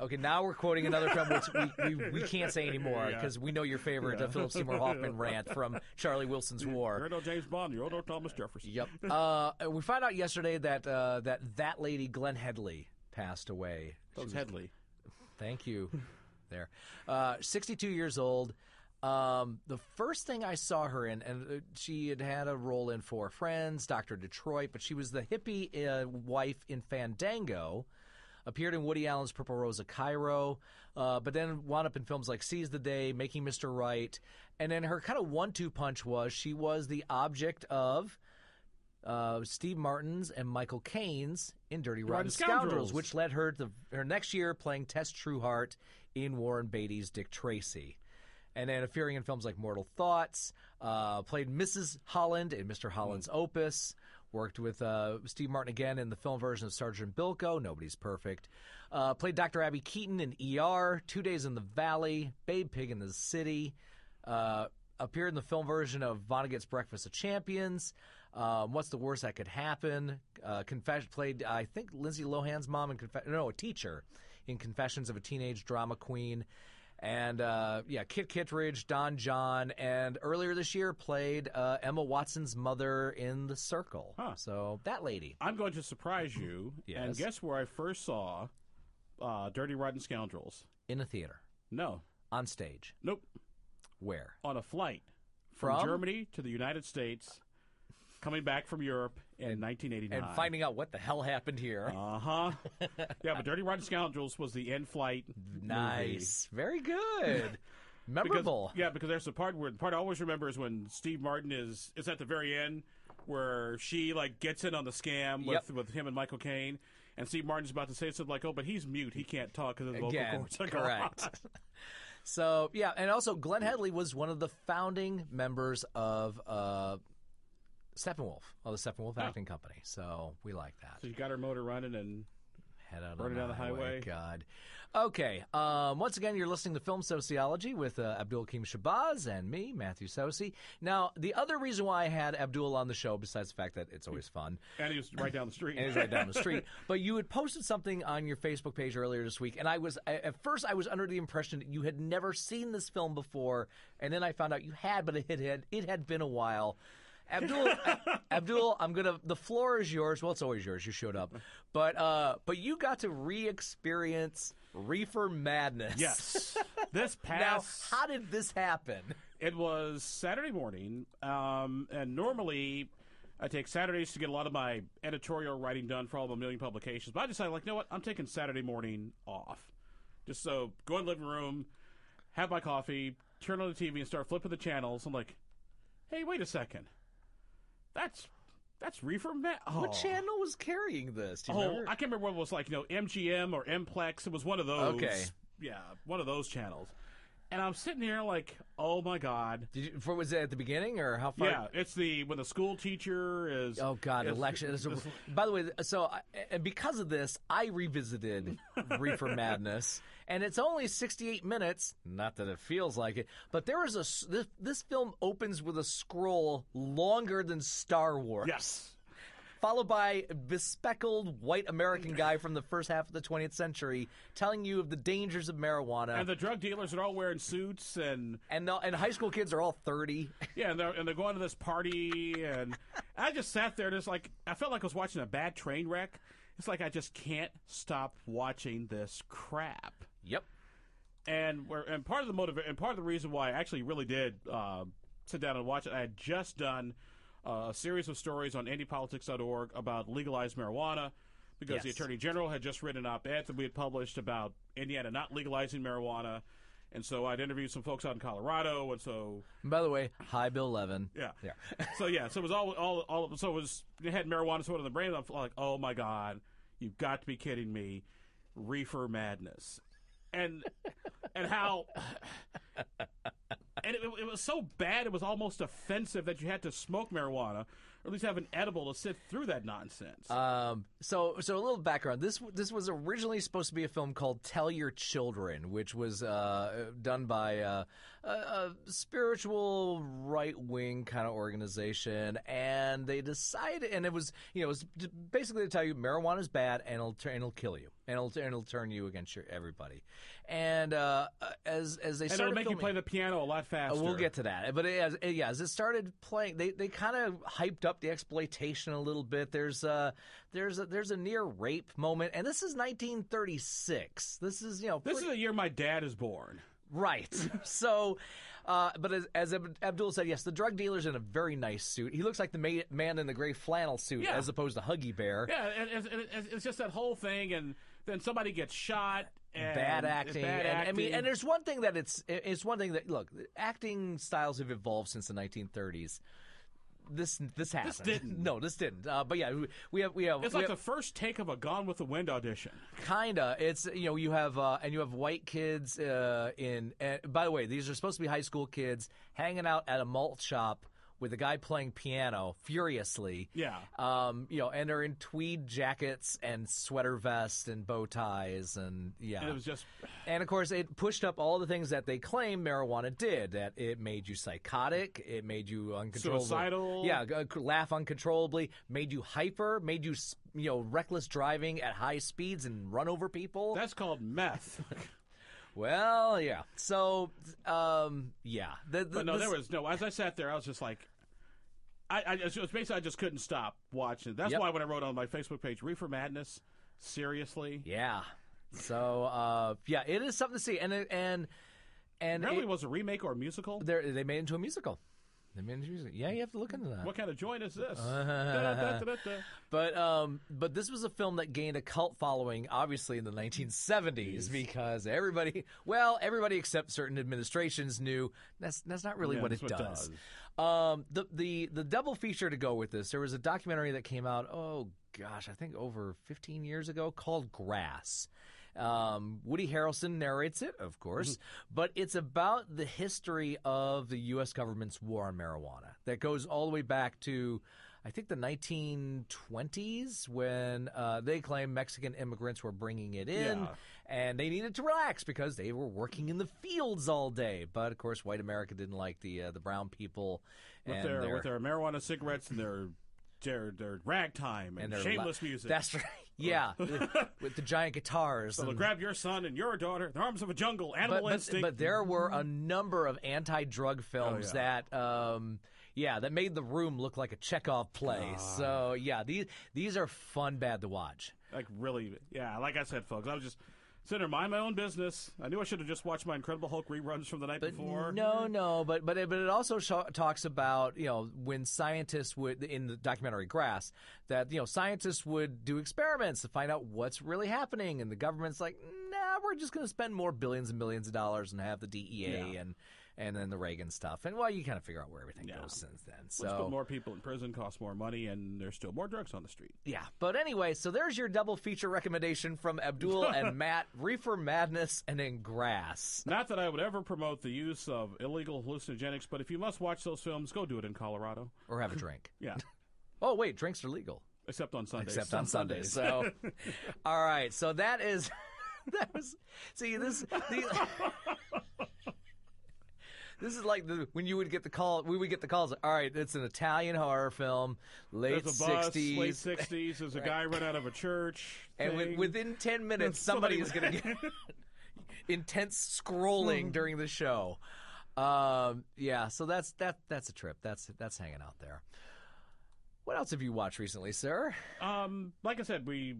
[SPEAKER 4] okay, now we're quoting another film which we, we, we can't say anymore
[SPEAKER 10] Yeah.
[SPEAKER 4] because we know your favorite uh, Philip Seymour Hoffman rant from Charlie Wilson's War.
[SPEAKER 10] You're no James Bond. You're no Thomas Jefferson.
[SPEAKER 4] Yep. Uh, and we found out yesterday that uh, that that lady Glenn Headley passed away.
[SPEAKER 10] That was Headley.
[SPEAKER 4] Thank you. There, uh, 62 years old. Um, the first thing I saw her in, and uh, she had had a role in Four Friends, Doctor Detroit, but she was the hippie uh, wife in Fandango. Appeared in Woody Allen's Purple Rose of Cairo, uh, but then wound up in films like Seize the Day, Making Mr. Right, and then her kind of one-two punch was she was the object of uh, Steve Martin's and Michael Caine's in Dirty Rotten,
[SPEAKER 10] Rotten
[SPEAKER 4] Scoundrels.
[SPEAKER 10] Scoundrels.
[SPEAKER 4] which led her to her next year playing Tess Trueheart in Warren Beatty's Dick Tracy. And then appearing in films like Mortal Thoughts, uh, played Mrs. Holland in Mr. Holland's Opus, worked with uh, Steve Martin again in the film version of Sergeant Bilko, Nobody's Perfect, uh, played Dr. Abby Keaton in ER, Two Days in the Valley, Babe Pig in the City, uh, appeared in the film version of Vonnegut's Breakfast of Champions. Um, What's the worst that could happen? Uh, Confess played, I think, Lindsay Lohan's mom and Confe- no, a teacher in Confessions of a Teenage Drama Queen. And uh, yeah, Kit Kittredge, Don John, and earlier this year played uh, Emma Watson's mother in The Circle. So that lady.
[SPEAKER 10] I'm going to surprise you.
[SPEAKER 4] Yes.
[SPEAKER 10] And guess where I first saw uh, Dirty Rotten Scoundrels?
[SPEAKER 4] in a theater
[SPEAKER 10] No.
[SPEAKER 4] on stage.
[SPEAKER 10] Nope.
[SPEAKER 4] Where?
[SPEAKER 10] On a flight
[SPEAKER 4] From?
[SPEAKER 10] Germany to the United States, coming back from Europe in 1989.
[SPEAKER 4] And finding out what the hell happened here.
[SPEAKER 10] Uh huh. yeah, but Dirty Rotten Scoundrels was the end flight. movie.
[SPEAKER 4] nice. Very good.
[SPEAKER 10] Because-
[SPEAKER 4] Memorable.
[SPEAKER 10] yeah, because there's the part where the part I always remember is when Steve Martin is is at the very end where she like gets in on the scam with
[SPEAKER 4] Yep.
[SPEAKER 10] with him and Michael Caine, and Steve Martin's about to say something like, "Oh, but he's mute; he can't talk because the vocal
[SPEAKER 4] Again,
[SPEAKER 10] cords oh, are gone."
[SPEAKER 4] correct. so yeah, and also Glenn Headley was one of the founding members of uh, Steppenwolf, of the Steppenwolf Acting Company. So we like that.
[SPEAKER 10] Oh. So she got her motor running, and
[SPEAKER 4] Head out
[SPEAKER 10] Burn
[SPEAKER 4] on
[SPEAKER 10] it
[SPEAKER 4] the,
[SPEAKER 10] down the highway.
[SPEAKER 4] God. Okay. Um, once again, you're listening to Film Sociology with uh, Abdul Kim Shabazz and me, Matthew Sosi. Now, the other reason why I had Abdul on the show, besides the fact that it's always fun,
[SPEAKER 10] and he was right down the street.
[SPEAKER 4] and he's right down the street. But you had posted something on your Facebook page earlier this week, and I was I- at first I was under the impression that you had never seen this film before, and then I found out you had, but it had- had it had been a while. Abdul, A- Abdul, I'm gonna. The floor is yours. Well, it's always yours. You showed up, but uh, but you got to re-experience Reefer Madness.
[SPEAKER 10] yes, this
[SPEAKER 4] Now,
[SPEAKER 10] past
[SPEAKER 4] how did this happen?
[SPEAKER 10] It was Saturday morning, um, and normally I take Saturdays to get a lot of my editorial writing done for all the million publications. But I decided, like, you know what? I'm taking Saturday morning off. Just so go in the living room, have my coffee, turn on the TV, and start flipping the channels. I'm like, hey, wait a second, that's that's Reefer Oh. Metal.
[SPEAKER 4] What channel was carrying this? Do you
[SPEAKER 10] Oh,
[SPEAKER 4] remember?
[SPEAKER 10] I can't remember what it was like, you know, MGM or Mplex. It was one of those.
[SPEAKER 4] Okay.
[SPEAKER 10] Yeah, one of those channels. And I'm sitting here like, oh my God.
[SPEAKER 4] Did you, for, was it at the beginning or how far?
[SPEAKER 10] yeah, it's the when the school teacher is.
[SPEAKER 4] Oh God,
[SPEAKER 10] is-
[SPEAKER 4] election.
[SPEAKER 10] is-
[SPEAKER 4] so- by the way, so I- and because of this, I revisited Reefer Madness, and it's only 68 minutes. Not that it feels like it, but there is a s- this, this film opens with a scroll longer than Star Wars.
[SPEAKER 10] yes.
[SPEAKER 4] followed by a bespeckled white American guy from the first half of the 20th century telling you of the dangers of marijuana.
[SPEAKER 10] And the drug dealers are all wearing suits and
[SPEAKER 4] and, the, and high school kids are all 30.
[SPEAKER 10] yeah, and they're, and they're going to this party and I just sat there just like I felt like I was watching a bad train wreck. It's like I just can't stop watching this crap.
[SPEAKER 4] Yep.
[SPEAKER 10] and where and part of the motive and part of the reason why I actually really did uh, sit down and watch it, I had just done uh, a series of stories on antipolitics.org about legalized marijuana because the
[SPEAKER 4] Yes.
[SPEAKER 10] attorney general had just written an op-ed that we had published about Indiana not legalizing marijuana, and so I'd interviewed some folks out in Colorado, and so
[SPEAKER 4] And by the way, hi, Bill Levin.
[SPEAKER 10] yeah. so yeah, so it was all all all. So it was it had marijuana sort of the brain. and I'm like, oh my god, you've got to be kidding me, reefer madness, and and how. And it, it was so bad; it was almost offensive that you had to smoke marijuana, or at least have an edible to sit through that nonsense.
[SPEAKER 4] Um, so, so a little background. This this was originally supposed to be a film called "Tell Your Children," which was uh, done by uh, a, a spiritual right wing kind of organization, and they decided, and it was you know it was basically to tell you marijuana is bad and it'll turn, it'll kill you and it'll and it'll turn you against your everybody, and uh, as as they
[SPEAKER 10] and
[SPEAKER 4] started
[SPEAKER 10] it'll make you
[SPEAKER 4] filming-
[SPEAKER 10] play the piano a lot faster.
[SPEAKER 4] uh, We'll get to that. But as, eh, yeah, as it started playing, they, they kind of hyped up the exploitation a little bit. There's a there's a, there's a near rape moment, and this is 1936. This is you know
[SPEAKER 10] This
[SPEAKER 4] pre-
[SPEAKER 10] is the year my dad is born.
[SPEAKER 4] Right. so, uh, but as, as Ab- Abdul said, yes, the drug dealer's in a very nice suit. He looks like the ma- man in the gray flannel suit
[SPEAKER 10] Yeah.
[SPEAKER 4] as opposed to Huggy Bear.
[SPEAKER 10] Yeah, and, and, and it's- it's just that whole thing, and then somebody gets shot. And
[SPEAKER 4] bad acting.
[SPEAKER 10] Bad
[SPEAKER 4] and, I mean,
[SPEAKER 10] acting.
[SPEAKER 4] and there's one thing that it's it's one thing that look, acting styles have evolved since the 1930s. This this happened.
[SPEAKER 10] didn't.
[SPEAKER 4] No, this didn't. Uh, but yeah, we- we have we have,
[SPEAKER 10] It's
[SPEAKER 4] we
[SPEAKER 10] like the
[SPEAKER 4] have
[SPEAKER 10] first take of a Gone with the Wind audition.
[SPEAKER 4] kinda. It's you know you have uh, and you have white kids uh, in. Uh, by the way, these are supposed to be high school kids hanging out at a malt shop. With a guy playing piano furiously,
[SPEAKER 10] Yeah.
[SPEAKER 4] um, you know, and they're in tweed jackets and sweater vests and bow ties, and yeah,
[SPEAKER 10] And it was just
[SPEAKER 4] And of course, it pushed up all the things that they claim marijuana did. That it made you psychotic, it made you uncontrollable,
[SPEAKER 10] Suicidal.
[SPEAKER 4] yeah, g- c- laugh uncontrollably, made you hyper, made you s- you know reckless driving at high speeds and run over people.
[SPEAKER 10] that's called meth.
[SPEAKER 4] well, yeah. So, um, yeah. The, the,
[SPEAKER 10] but no,
[SPEAKER 4] this-
[SPEAKER 10] there was no. As I sat there, I was just like, I, I just, it was basically I just couldn't stop watching. That's
[SPEAKER 4] Yep.
[SPEAKER 10] why when I wrote on my Facebook page, "Reefer Madness," seriously,
[SPEAKER 4] yeah. So, uh, yeah, it is something to see, and it- and and
[SPEAKER 10] apparently
[SPEAKER 4] it-
[SPEAKER 10] it was a remake or a musical.
[SPEAKER 4] they're- they made it into a musical. They made it into a musical. Yeah, you have to look into that.
[SPEAKER 10] What kind of joint is this? Da-da-da-da-da-da.
[SPEAKER 4] But um, but this was a film that gained a cult following, obviously in the 1970s, because everybody, well, everybody except certain administrations knew that's that's not really
[SPEAKER 10] Yeah,
[SPEAKER 4] what, it,
[SPEAKER 10] that's what it
[SPEAKER 4] does. Um, the the the double feature to go with this, there was a documentary that came out. Oh gosh, I think over 15 years ago, called Grass. Um, Woody Harrelson narrates it, of course,
[SPEAKER 10] Mm-hmm.
[SPEAKER 4] but it's about the history of the U.S. government's war on marijuana that goes all the way back to, I think, the 1920s when uh, they claim Mexican immigrants were bringing it in
[SPEAKER 10] Yeah.
[SPEAKER 4] and they needed to relax because they were working in the fields all day. But of course, white America didn't like the uh, the brown people
[SPEAKER 10] with
[SPEAKER 4] and
[SPEAKER 10] their with their marijuana cigarettes and their their their ragtime and,
[SPEAKER 4] and their
[SPEAKER 10] shameless
[SPEAKER 4] la-
[SPEAKER 10] music. Oh.
[SPEAKER 4] That's right. Yeah, with the giant guitars.
[SPEAKER 10] so they'll
[SPEAKER 4] and-
[SPEAKER 10] grab your son and your daughter in the arms of a jungle, animal instinct.
[SPEAKER 4] but there were a number of anti-drug films that, um, yeah, that made the room look like a Chekhov play. So yeah, these these are fun, bad to watch.
[SPEAKER 10] Like really, yeah. Like I said, folks, I was just sitting there mind my own business. I knew I should have just watched my Incredible Hulk reruns from the night
[SPEAKER 4] But
[SPEAKER 10] before.
[SPEAKER 4] no, no, but but it, but it also sho talks about you know when scientists would in the documentary Grass that you know scientists would do experiments to find out what's really happening, and the government's like, no, ah, we're just going to spend more billions and millions of dollars and have the DEA and and then the Reagan stuff. And well, you kind of figure out where everything goes since then. So
[SPEAKER 10] Let's put more people in prison, costs more money, and there's still more drugs on the street.
[SPEAKER 4] yeah, but anyway, so there's your double feature recommendation from Abdul and Matt: Reefer Madness and In Grass.
[SPEAKER 10] Not that I would ever promote the use of illegal hallucinogenics, but if you must watch those films, go do it in Colorado.
[SPEAKER 4] Or have a drink.
[SPEAKER 10] Yeah,
[SPEAKER 4] Oh wait, drinks are legal.
[SPEAKER 10] except on Sundays.
[SPEAKER 4] except on Sundays. So, all right. So that is that was. See this the, this is like the when you would get the call. We would get the calls. All right, it's an Italian horror film, late
[SPEAKER 10] There's a bus, late
[SPEAKER 4] sixties,
[SPEAKER 10] sixties. There's a guy run out of a church,
[SPEAKER 4] and wi-
[SPEAKER 10] thing.
[SPEAKER 4] within ten minutes, somebody is going to get intense
[SPEAKER 10] Hmm.
[SPEAKER 4] scrolling during the show. Um, yeah, so that's that. That's a trip. That's that's hanging out there. What else have you watched recently, sir?
[SPEAKER 10] Um, like I said, we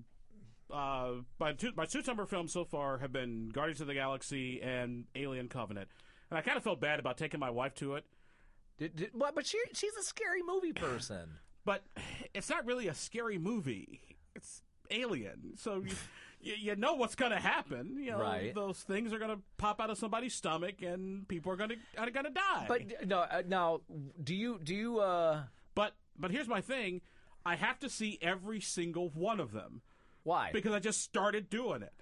[SPEAKER 10] uh, my two my two summer films so far have been Guardians of the Galaxy and Alien Covenant, and I kind of felt bad about taking my wife to it,
[SPEAKER 4] Did, did, what, but she she's a scary movie person.
[SPEAKER 10] but it's not really a scary movie. It's Alien, so you, you, you know what's going to happen. You know,
[SPEAKER 4] Right.
[SPEAKER 10] those things are going to pop out of somebody's stomach, and people are going to are going to die.
[SPEAKER 4] But d- no, uh, now do you do you? Uh,
[SPEAKER 10] but but here's my thing: I have to see every single one of them
[SPEAKER 4] why?
[SPEAKER 10] because I just started doing it.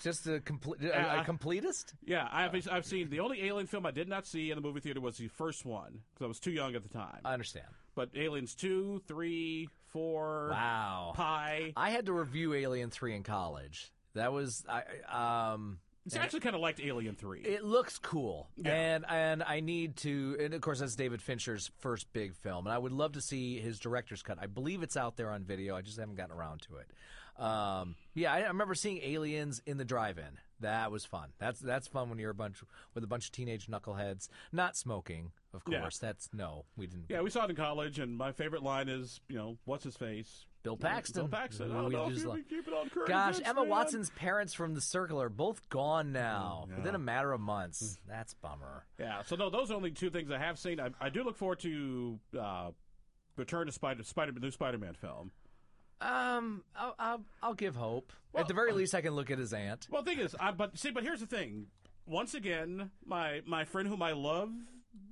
[SPEAKER 4] just a complete a, a
[SPEAKER 10] Uh,
[SPEAKER 4] completist.
[SPEAKER 10] Yeah, I've I've seen the only Alien film I did not see in the movie theater was the first one because I was too young at the time.
[SPEAKER 4] I understand.
[SPEAKER 10] but Aliens two, three, four,
[SPEAKER 4] Wow.
[SPEAKER 10] Pi.
[SPEAKER 4] I had to review Alien Three in college. That was I. I- Um,
[SPEAKER 10] It's actually kind of liked Alien three.
[SPEAKER 4] it looks cool, and and I need to. And of course, that's David Fincher's first big film, and I would love to see his director's cut. I believe it's out there on video. I just haven't gotten around to it. Um, yeah, I, I remember seeing Aliens in the drive-in. That was fun. That's that's fun when you're a bunch with a bunch of teenage knuckleheads, not smoking, of
[SPEAKER 10] Yeah.
[SPEAKER 4] course. That's no, we didn't.
[SPEAKER 10] yeah, we saw it in college, and my favorite line is, you know, what's his face?
[SPEAKER 4] Bill Paxton.
[SPEAKER 10] Bill Paxton.
[SPEAKER 4] Who
[SPEAKER 10] Oh,
[SPEAKER 4] we
[SPEAKER 10] no,
[SPEAKER 4] just
[SPEAKER 10] keep,
[SPEAKER 4] lo-
[SPEAKER 10] it- keep it on current
[SPEAKER 4] Gosh,
[SPEAKER 10] events,
[SPEAKER 4] Emma
[SPEAKER 10] man.
[SPEAKER 4] Watson's parents from The Circle are both gone now
[SPEAKER 10] Mm,
[SPEAKER 4] within a matter of months. That's bummer.
[SPEAKER 10] Yeah, so no, those are only two things I have seen. I, I do look forward to uh, Return to Spider Spider the new Spider Man film.
[SPEAKER 4] Um, I'll, I'll, I'll give hope. At the
[SPEAKER 10] um,
[SPEAKER 4] very least, I can look at his aunt.
[SPEAKER 10] Well, the thing is, I, but see, but here's the thing. Once again, my my friend whom I love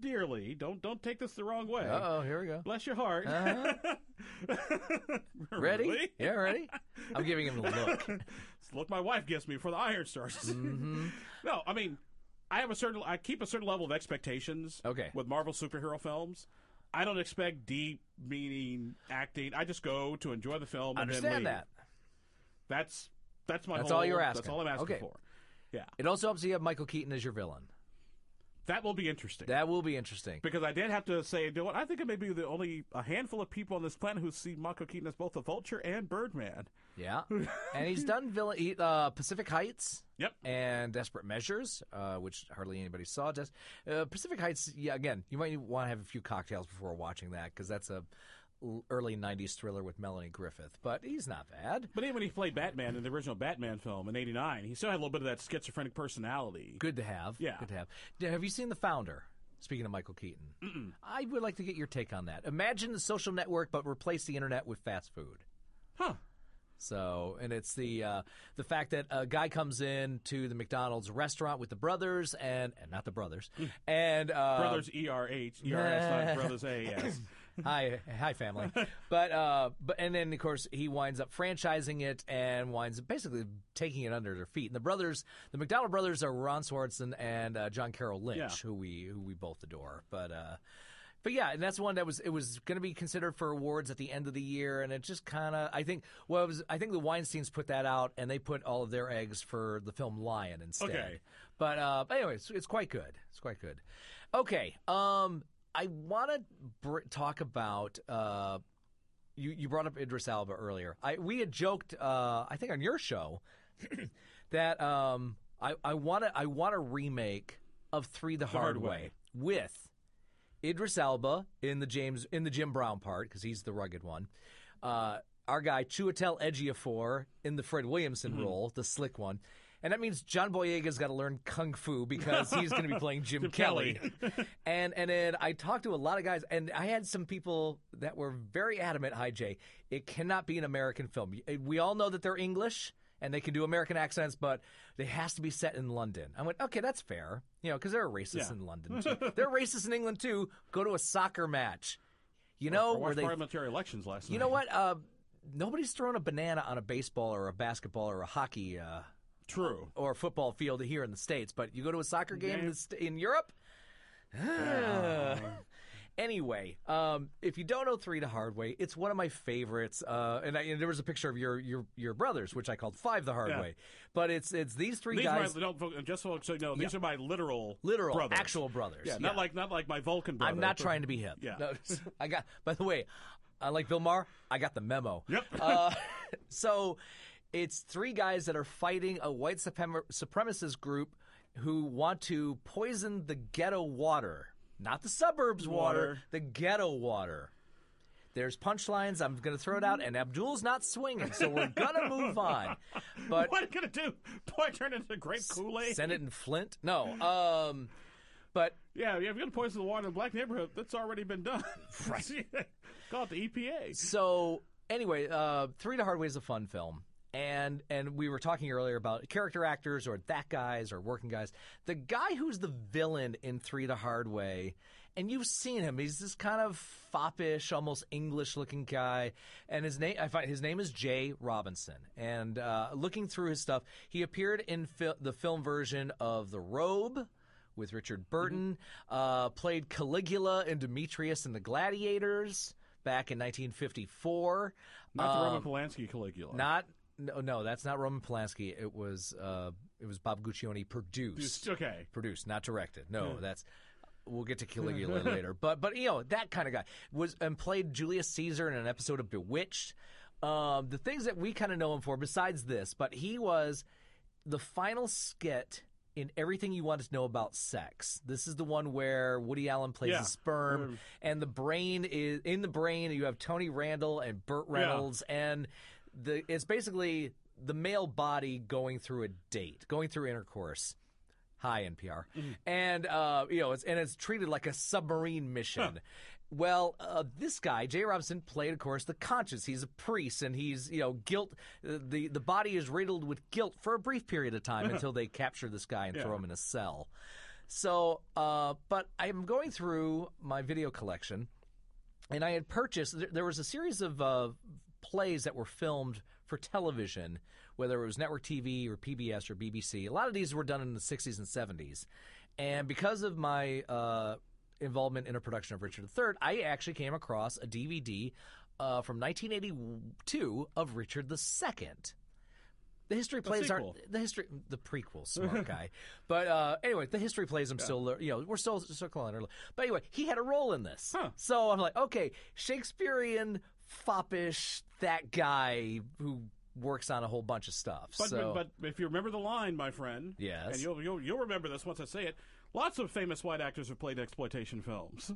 [SPEAKER 10] dearly, don't don't take this the wrong way.
[SPEAKER 4] Uh oh, here we go.
[SPEAKER 10] Bless your heart.
[SPEAKER 4] Uh-huh. Ready?
[SPEAKER 10] Really?
[SPEAKER 4] Yeah, ready. I'm giving him a look.
[SPEAKER 10] It's the look my wife gives me for the Iron Stars.
[SPEAKER 4] Mm-hmm.
[SPEAKER 10] no, I mean, I have a certain I keep a certain level of expectations.
[SPEAKER 4] Okay.
[SPEAKER 10] With Marvel superhero films, I don't expect deep meaning acting. I just go to enjoy the film. and then
[SPEAKER 4] Understand
[SPEAKER 10] leave.
[SPEAKER 4] that.
[SPEAKER 10] That's that's my.
[SPEAKER 4] That's all
[SPEAKER 10] whole-
[SPEAKER 4] you're
[SPEAKER 10] That's
[SPEAKER 4] asking.
[SPEAKER 10] all I'm asking
[SPEAKER 4] Okay.
[SPEAKER 10] for. Yeah,
[SPEAKER 4] It also helps you have Michael Keaton as your villain.
[SPEAKER 10] that will be interesting.
[SPEAKER 4] That will be interesting.
[SPEAKER 10] Because I did have to say, you know what? I think it may be the only a handful of people on this planet who see Michael Keaton as both a vulture and Birdman.
[SPEAKER 4] Yeah, and he's done villain he, uh, Pacific Heights.
[SPEAKER 10] Yep.
[SPEAKER 4] and Desperate Measures, uh, which hardly anybody saw. Des- uh, Pacific Heights, yeah, again, you might want to have a few cocktails before watching that because that's a l- early '90s thriller with Melanie Griffith. But he's not bad.
[SPEAKER 10] But even when he played Batman in the original Batman film in '89, he still had a little bit of that schizophrenic personality.
[SPEAKER 4] Good to have.
[SPEAKER 10] Yeah.
[SPEAKER 4] good to have. D- Have you seen The Founder? Speaking of Michael Keaton, I would like to get your take on that. Imagine the social network, but replace the internet with fast food.
[SPEAKER 10] Huh.
[SPEAKER 4] So, and it's the uh, the fact that a guy comes in to the McDonald's restaurant with the brothers and, and not the brothers and uh,
[SPEAKER 10] Mm. Brothers E R H E R S, not Brothers A S.
[SPEAKER 4] hi, hi, family. But uh, but and then of course he winds up franchising it and winds up basically taking it under their feet. And the brothers, the McDonald brothers, are Ron Swartzen and uh, John Carroll Lynch,
[SPEAKER 10] Yeah.
[SPEAKER 4] who we who we both adore. But uh, but yeah, and that's one that was it was going to be considered for awards at the end of the year, and it just kind of I think well it was I think the Weinstein's put that out and they put all of their eggs for the film Lion instead.
[SPEAKER 10] Okay.
[SPEAKER 4] But uh, but anyway, it's, it's quite good. It's quite good. Okay. Um, I want to br- talk about. Uh, you you brought up Idris Alba earlier. I we had joked. Uh, I think on your show that um, I I want to I want a remake of Three the, Hard,
[SPEAKER 10] Hard
[SPEAKER 4] way.
[SPEAKER 10] Way.
[SPEAKER 4] with Idris Alba in the James in the Jim Brown part because he's the rugged one. Uh, our guy Chiwetel Ejiofor in the Fred Williamson role, the slick one, and that means John Boyega's got to learn kung fu because he's going to be playing Jim, Kelly. and and then I talked to a lot of guys, and I had some people that were very adamant. Hi Jay, it cannot be an American film. We all know that they're English and they can do American accents, but they has to be set in London. I went, okay, that's fair, you know, because there are racists
[SPEAKER 10] Yeah.
[SPEAKER 4] in London. Too. they're racist in England too. Go to a soccer match, you
[SPEAKER 10] I
[SPEAKER 4] know, where
[SPEAKER 10] watched
[SPEAKER 4] Oh, they
[SPEAKER 10] parliamentary elections last night.
[SPEAKER 4] you know what? Uh, nobody's thrown a banana on a baseball or a basketball or a hockey uh,
[SPEAKER 10] True.
[SPEAKER 4] or a football field here in the states, but you go to a soccer game in,
[SPEAKER 10] Game.
[SPEAKER 4] the st- in Europe. anyway, um, if you don't know Three to Hard Way, it's one of my favorites. Uh, and, I, and there was a picture of your your your brothers, which I called Five the Hard
[SPEAKER 10] Yeah.
[SPEAKER 4] Way. But it's it's these three
[SPEAKER 10] These
[SPEAKER 4] guys.
[SPEAKER 10] are my, don't, just so so you know, these are my literal,
[SPEAKER 4] Literal,
[SPEAKER 10] brothers.
[SPEAKER 4] actual brothers.
[SPEAKER 10] Yeah, not
[SPEAKER 4] Yeah.
[SPEAKER 10] like not like my Vulcan brother.
[SPEAKER 4] I'm not
[SPEAKER 10] but-
[SPEAKER 4] trying to be hip.
[SPEAKER 10] Yeah.
[SPEAKER 4] No, I got. By the way, I like Bill Maher. I got the memo.
[SPEAKER 10] Yep.
[SPEAKER 4] Uh, so it's three guys that are fighting a white suprem- supremacist group who want to poison the ghetto water, not the suburbs water
[SPEAKER 10] Water.
[SPEAKER 4] the ghetto water. There's punchlines. I'm going to throw it out, and Abdul's not swinging, so we're going to move on. But
[SPEAKER 10] What are you gonna do? Boy, turn into grape Kool Aid.
[SPEAKER 4] send it in Flint? No. Um, but
[SPEAKER 10] Yeah, yeah. If you're gonna poison the water in a black neighborhood, that's already been done. Right. Call it the E EPA.
[SPEAKER 4] So anyway, uh, Three to Hard Way is a fun film. And and we were talking earlier about character actors or that guys or working guys. The guy who's the villain in Three to Hard Way, and you've seen him. He's this kind of foppish, almost English-looking guy. And his name I find his name is Jay Robinson. And uh, looking through his stuff, he appeared in fil- the film version of The Robe with Richard Burton, uh, played Caligula and Demetrius in The Gladiators back in 1954.
[SPEAKER 10] Not the
[SPEAKER 4] Um,
[SPEAKER 10] Roman Polanski Caligula.
[SPEAKER 4] Not no, no, that's not Roman Polanski. It was uh, it was Bob Guccione produced,
[SPEAKER 10] Just- okay.
[SPEAKER 4] produced, not directed. No, that's. We'll get to Caligula later, but but you know that kind of guy was and played Julius Caesar in an episode of Bewitched. Um, the things that we kind of know him for, besides this, but he was the final skit in everything you want to know about sex. This is the one where Woody Allen plays
[SPEAKER 10] Yeah.
[SPEAKER 4] a sperm, and the brain is in the brain. You have Tony Randall and Burt Reynolds, and the it's basically the male body going through a date, going through intercourse. Hi NPR, and uh, you know, it's and it's treated like a submarine mission. Well, uh, this guy Jay Robinson played, of course, the conscience. He's a priest, and he's you know guilt. uh, the The body is riddled with guilt for a brief period of time until they capture this guy and throw him in a cell. So, uh, but I'm going through my video collection, and I had purchased. There, there was a series of uh, plays that were filmed for television, whether it was network TV or PBS or BBC. A lot of these were done in the 60s and 70s, and because of my uh, involvement in a production of Richard III, I actually came across a DVD uh, from 1982 of Richard II. The history plays
[SPEAKER 10] sequel.
[SPEAKER 4] aren't the history the prequel smart guy, but uh, anyway, the history plays. I'm still lear- you know we're still circling it. But anyway, he had a role in this, so I'm like, okay, Shakespearean foppish that guy who works on a whole bunch of stuff.
[SPEAKER 10] But,
[SPEAKER 4] so
[SPEAKER 10] but but if you remember the line, my friend,
[SPEAKER 4] Yes.
[SPEAKER 10] and you'll, you'll you'll remember this once I say it. Lots of famous white actors have played exploitation films.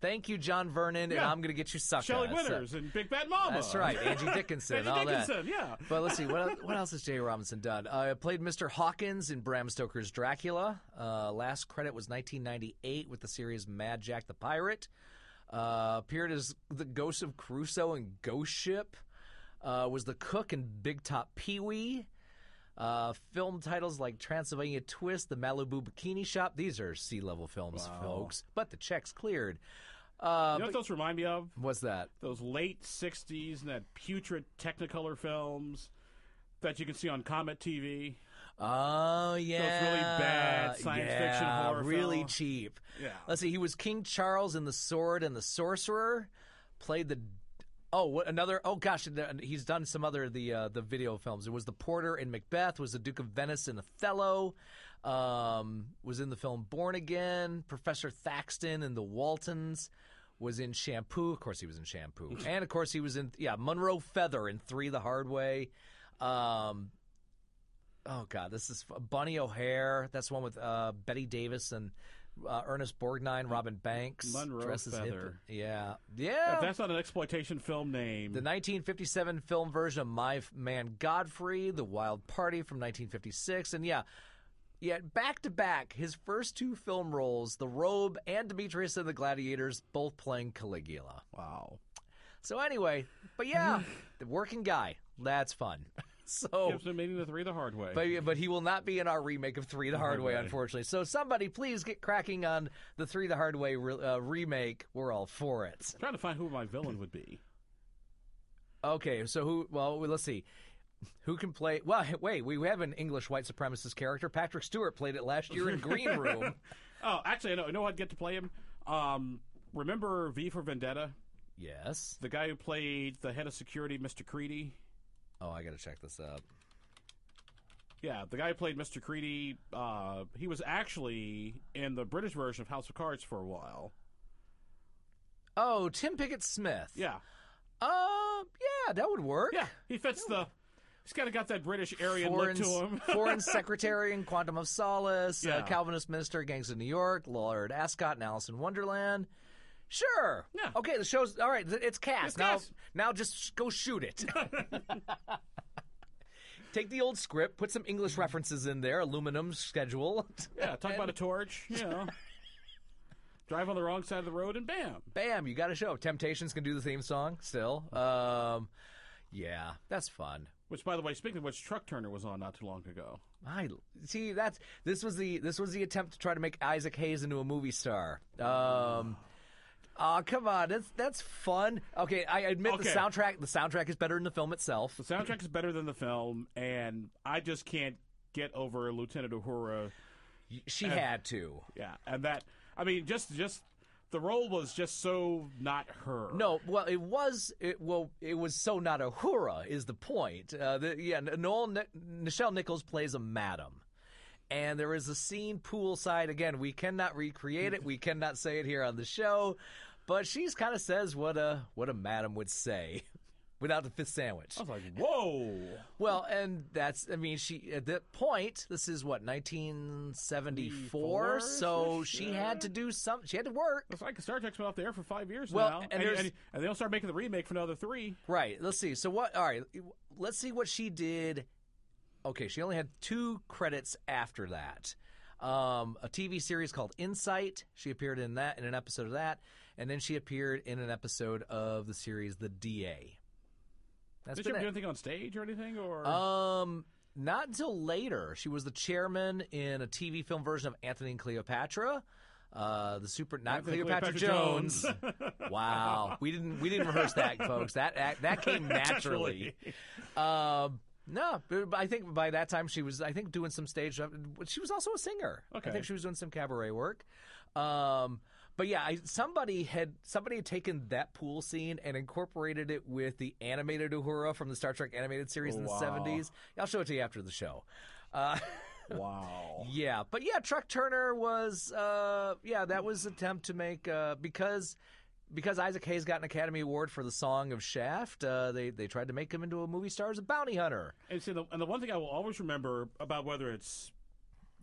[SPEAKER 4] thank you, John Vernon, and
[SPEAKER 10] Yeah.
[SPEAKER 4] I'm gonna get you sucker.
[SPEAKER 10] Shelley
[SPEAKER 4] So-
[SPEAKER 10] Winters and Big Bad Mama.
[SPEAKER 4] uh, That's right, Angie Dickinson.
[SPEAKER 10] Angie
[SPEAKER 4] and all
[SPEAKER 10] Dickinson,
[SPEAKER 4] that.
[SPEAKER 10] yeah.
[SPEAKER 4] But let's see, what else, what else has Jay Robinson done? Uh, played Mr. Hawkins in Bram Stoker's Dracula. Uh, last credit was 1998 with the series Mad Jack the Pirate. Uh, appeared as the Ghost of Crusoe in Ghost Ship. Uh, was the cook in Big Top Pee Wee. Uh, film titles like Transylvania Twist, The Malibu Bikini Shop. These are sea level films, folks. But the check's cleared. Um,
[SPEAKER 10] you know what those remind me of?
[SPEAKER 4] What's that?
[SPEAKER 10] Those late '60s and that putrid Technicolor films that you can see on Comet TV.
[SPEAKER 4] Oh yeah,
[SPEAKER 10] bad science
[SPEAKER 4] yeah,
[SPEAKER 10] fiction horror
[SPEAKER 4] really
[SPEAKER 10] film.
[SPEAKER 4] cheap.
[SPEAKER 10] Yeah.
[SPEAKER 4] Let's see. He was King Charles in The Sword and the Sorcerer. Played the oh what another oh gosh the- he's done some other the uh, the video films. It was the Porter in Macbeth. Was the Duke of Venice in Othello. Um, was in the film Born Again. Professor Thaxton in The Waltons. Was in Shampoo. Of course, he was in Shampoo, and of course he was in yeah Monroe Feather in Three the Hard Way. Um, oh god, this is f- Bunny O'Hare. That's the one with uh, Betty Davis and uh, Ernest Borgnine, Robin Banks.
[SPEAKER 10] Monroe
[SPEAKER 4] dresses
[SPEAKER 10] Feather.
[SPEAKER 4] Yeah, yeah.
[SPEAKER 10] If that's not an exploitation film name.
[SPEAKER 4] the 1957 film version of My F- Man Godfrey, The Wild Party from 1956, and yeah. Yeah, back to back, his first two film roles, The Robe and Demetrius and the Gladiators, both playing Caligula.
[SPEAKER 10] wow.
[SPEAKER 4] So anyway, but yeah, the working guy, that's fun. so
[SPEAKER 10] Gibson meeting the three the hard way.
[SPEAKER 4] but, but he will not be in our remake of Three the Hard Way, unfortunately. So somebody, please get cracking on the Three the Hard Way re- uh, remake. We're all for it.
[SPEAKER 10] trying to find who my villain would be.
[SPEAKER 4] Okay, so who? Well, let's see. Who can play? Well, wait, we have an English white supremacist character. Patrick Stewart played it last year in Green Room.
[SPEAKER 10] Oh, actually, I know. I know I'd get to play him. Um, remember V for Vendetta,
[SPEAKER 4] yes.
[SPEAKER 10] the guy who played the head of security, Mr. Creedy.
[SPEAKER 4] Oh, I gotta check this up.
[SPEAKER 10] Yeah, the guy who played Mr. Creedy, uh, he was actually in the British version of House of Cards for a while.
[SPEAKER 4] Oh, Tim Pickett Smith.
[SPEAKER 10] Yeah,
[SPEAKER 4] Um. yeah, that would work.
[SPEAKER 10] yeah, he fits the. He's kind of got that British area look
[SPEAKER 4] Foreign,
[SPEAKER 10] to him.
[SPEAKER 4] foreign secretary in Quantum of Solace, uh,
[SPEAKER 10] Yeah.
[SPEAKER 4] Calvinist minister, Gangs of New York, Lord Ascot, and Alice in Wonderland. Sure.
[SPEAKER 10] Yeah.
[SPEAKER 4] Okay, the show's all right. th- It's cast.
[SPEAKER 10] It's
[SPEAKER 4] now,
[SPEAKER 10] cast.
[SPEAKER 4] now just sh- go shoot it. Take the old script, put some English references in there, aluminum schedule.
[SPEAKER 10] yeah, talk about a torch. You know, drive on the wrong side of the road, and bam.
[SPEAKER 4] Bam, you got a show. Temptations can do the theme song still. Um, yeah, that's fun.
[SPEAKER 10] Which, by the way, speaking of which, Truck Turner was on not too long ago.
[SPEAKER 4] I see. That's this was the this was the attempt to try to make Isaac Hayes into a movie star. Um, oh come on, that's that's fun. Okay, I admit
[SPEAKER 10] Okay.
[SPEAKER 4] the soundtrack. The soundtrack is better than the film itself.
[SPEAKER 10] The soundtrack is better than the film, and I just can't get over Lieutenant Uhura.
[SPEAKER 4] She had to.
[SPEAKER 10] Yeah, and that I mean, just just the role was just so not her.
[SPEAKER 4] No, well, it was it well it was so not a hura is the point. Uh, the, yeah, N- Noel Ni- Nichelle Nichols plays a madam. And there is a scene poolside again. We cannot recreate it. We cannot say it here on the show, but she's kind of says what a what a madam would say, without the fifth sandwich.
[SPEAKER 10] I was like, whoa.
[SPEAKER 4] Well, and that's I mean she at that point this is what 1974, so she had to do some. She had to work.
[SPEAKER 10] It's like Star Trek's been off the air for five years
[SPEAKER 4] Well,
[SPEAKER 10] now,
[SPEAKER 4] and
[SPEAKER 10] and,
[SPEAKER 4] there's-
[SPEAKER 10] and, and they'll start making the remake for another three.
[SPEAKER 4] Right. Let's see. So what? All right. Let's see what she did. Okay, she only had two credits after that. Um, a TV series called Insight. She appeared in that in an episode of that, and then she appeared in an episode of the series The DA. That's
[SPEAKER 10] Did you
[SPEAKER 4] been
[SPEAKER 10] ever do
[SPEAKER 4] it.
[SPEAKER 10] anything on stage or anything? Or
[SPEAKER 4] Um, not until later. She was the chairman in a TV film version of Anthony and Cleopatra. Uh, the super not
[SPEAKER 10] Anthony
[SPEAKER 4] Cleopatra,
[SPEAKER 10] Cleopatra
[SPEAKER 4] Jones. wow, we didn't we didn't rehearse that, folks. That that, that came naturally. um, no, but I think by that time she was I think doing some stage. She was also a singer. I
[SPEAKER 10] Okay.
[SPEAKER 4] think she was doing some cabaret work. Um, but yeah, I, somebody had somebody had taken that pool scene and incorporated it with the animated Uhura from the Star Trek animated series in the
[SPEAKER 10] Oh, Wow.
[SPEAKER 4] seventies. I'll show it to you after the show. Uh,
[SPEAKER 10] wow.
[SPEAKER 4] yeah, but yeah, Truck Turner was uh, yeah that was attempt to make uh, because because Isaac Hayes got an Academy Award for the song of Shaft. Uh, they they tried to make him into a movie star as a bounty hunter.
[SPEAKER 10] And see, the, and the one thing I will always remember about whether it's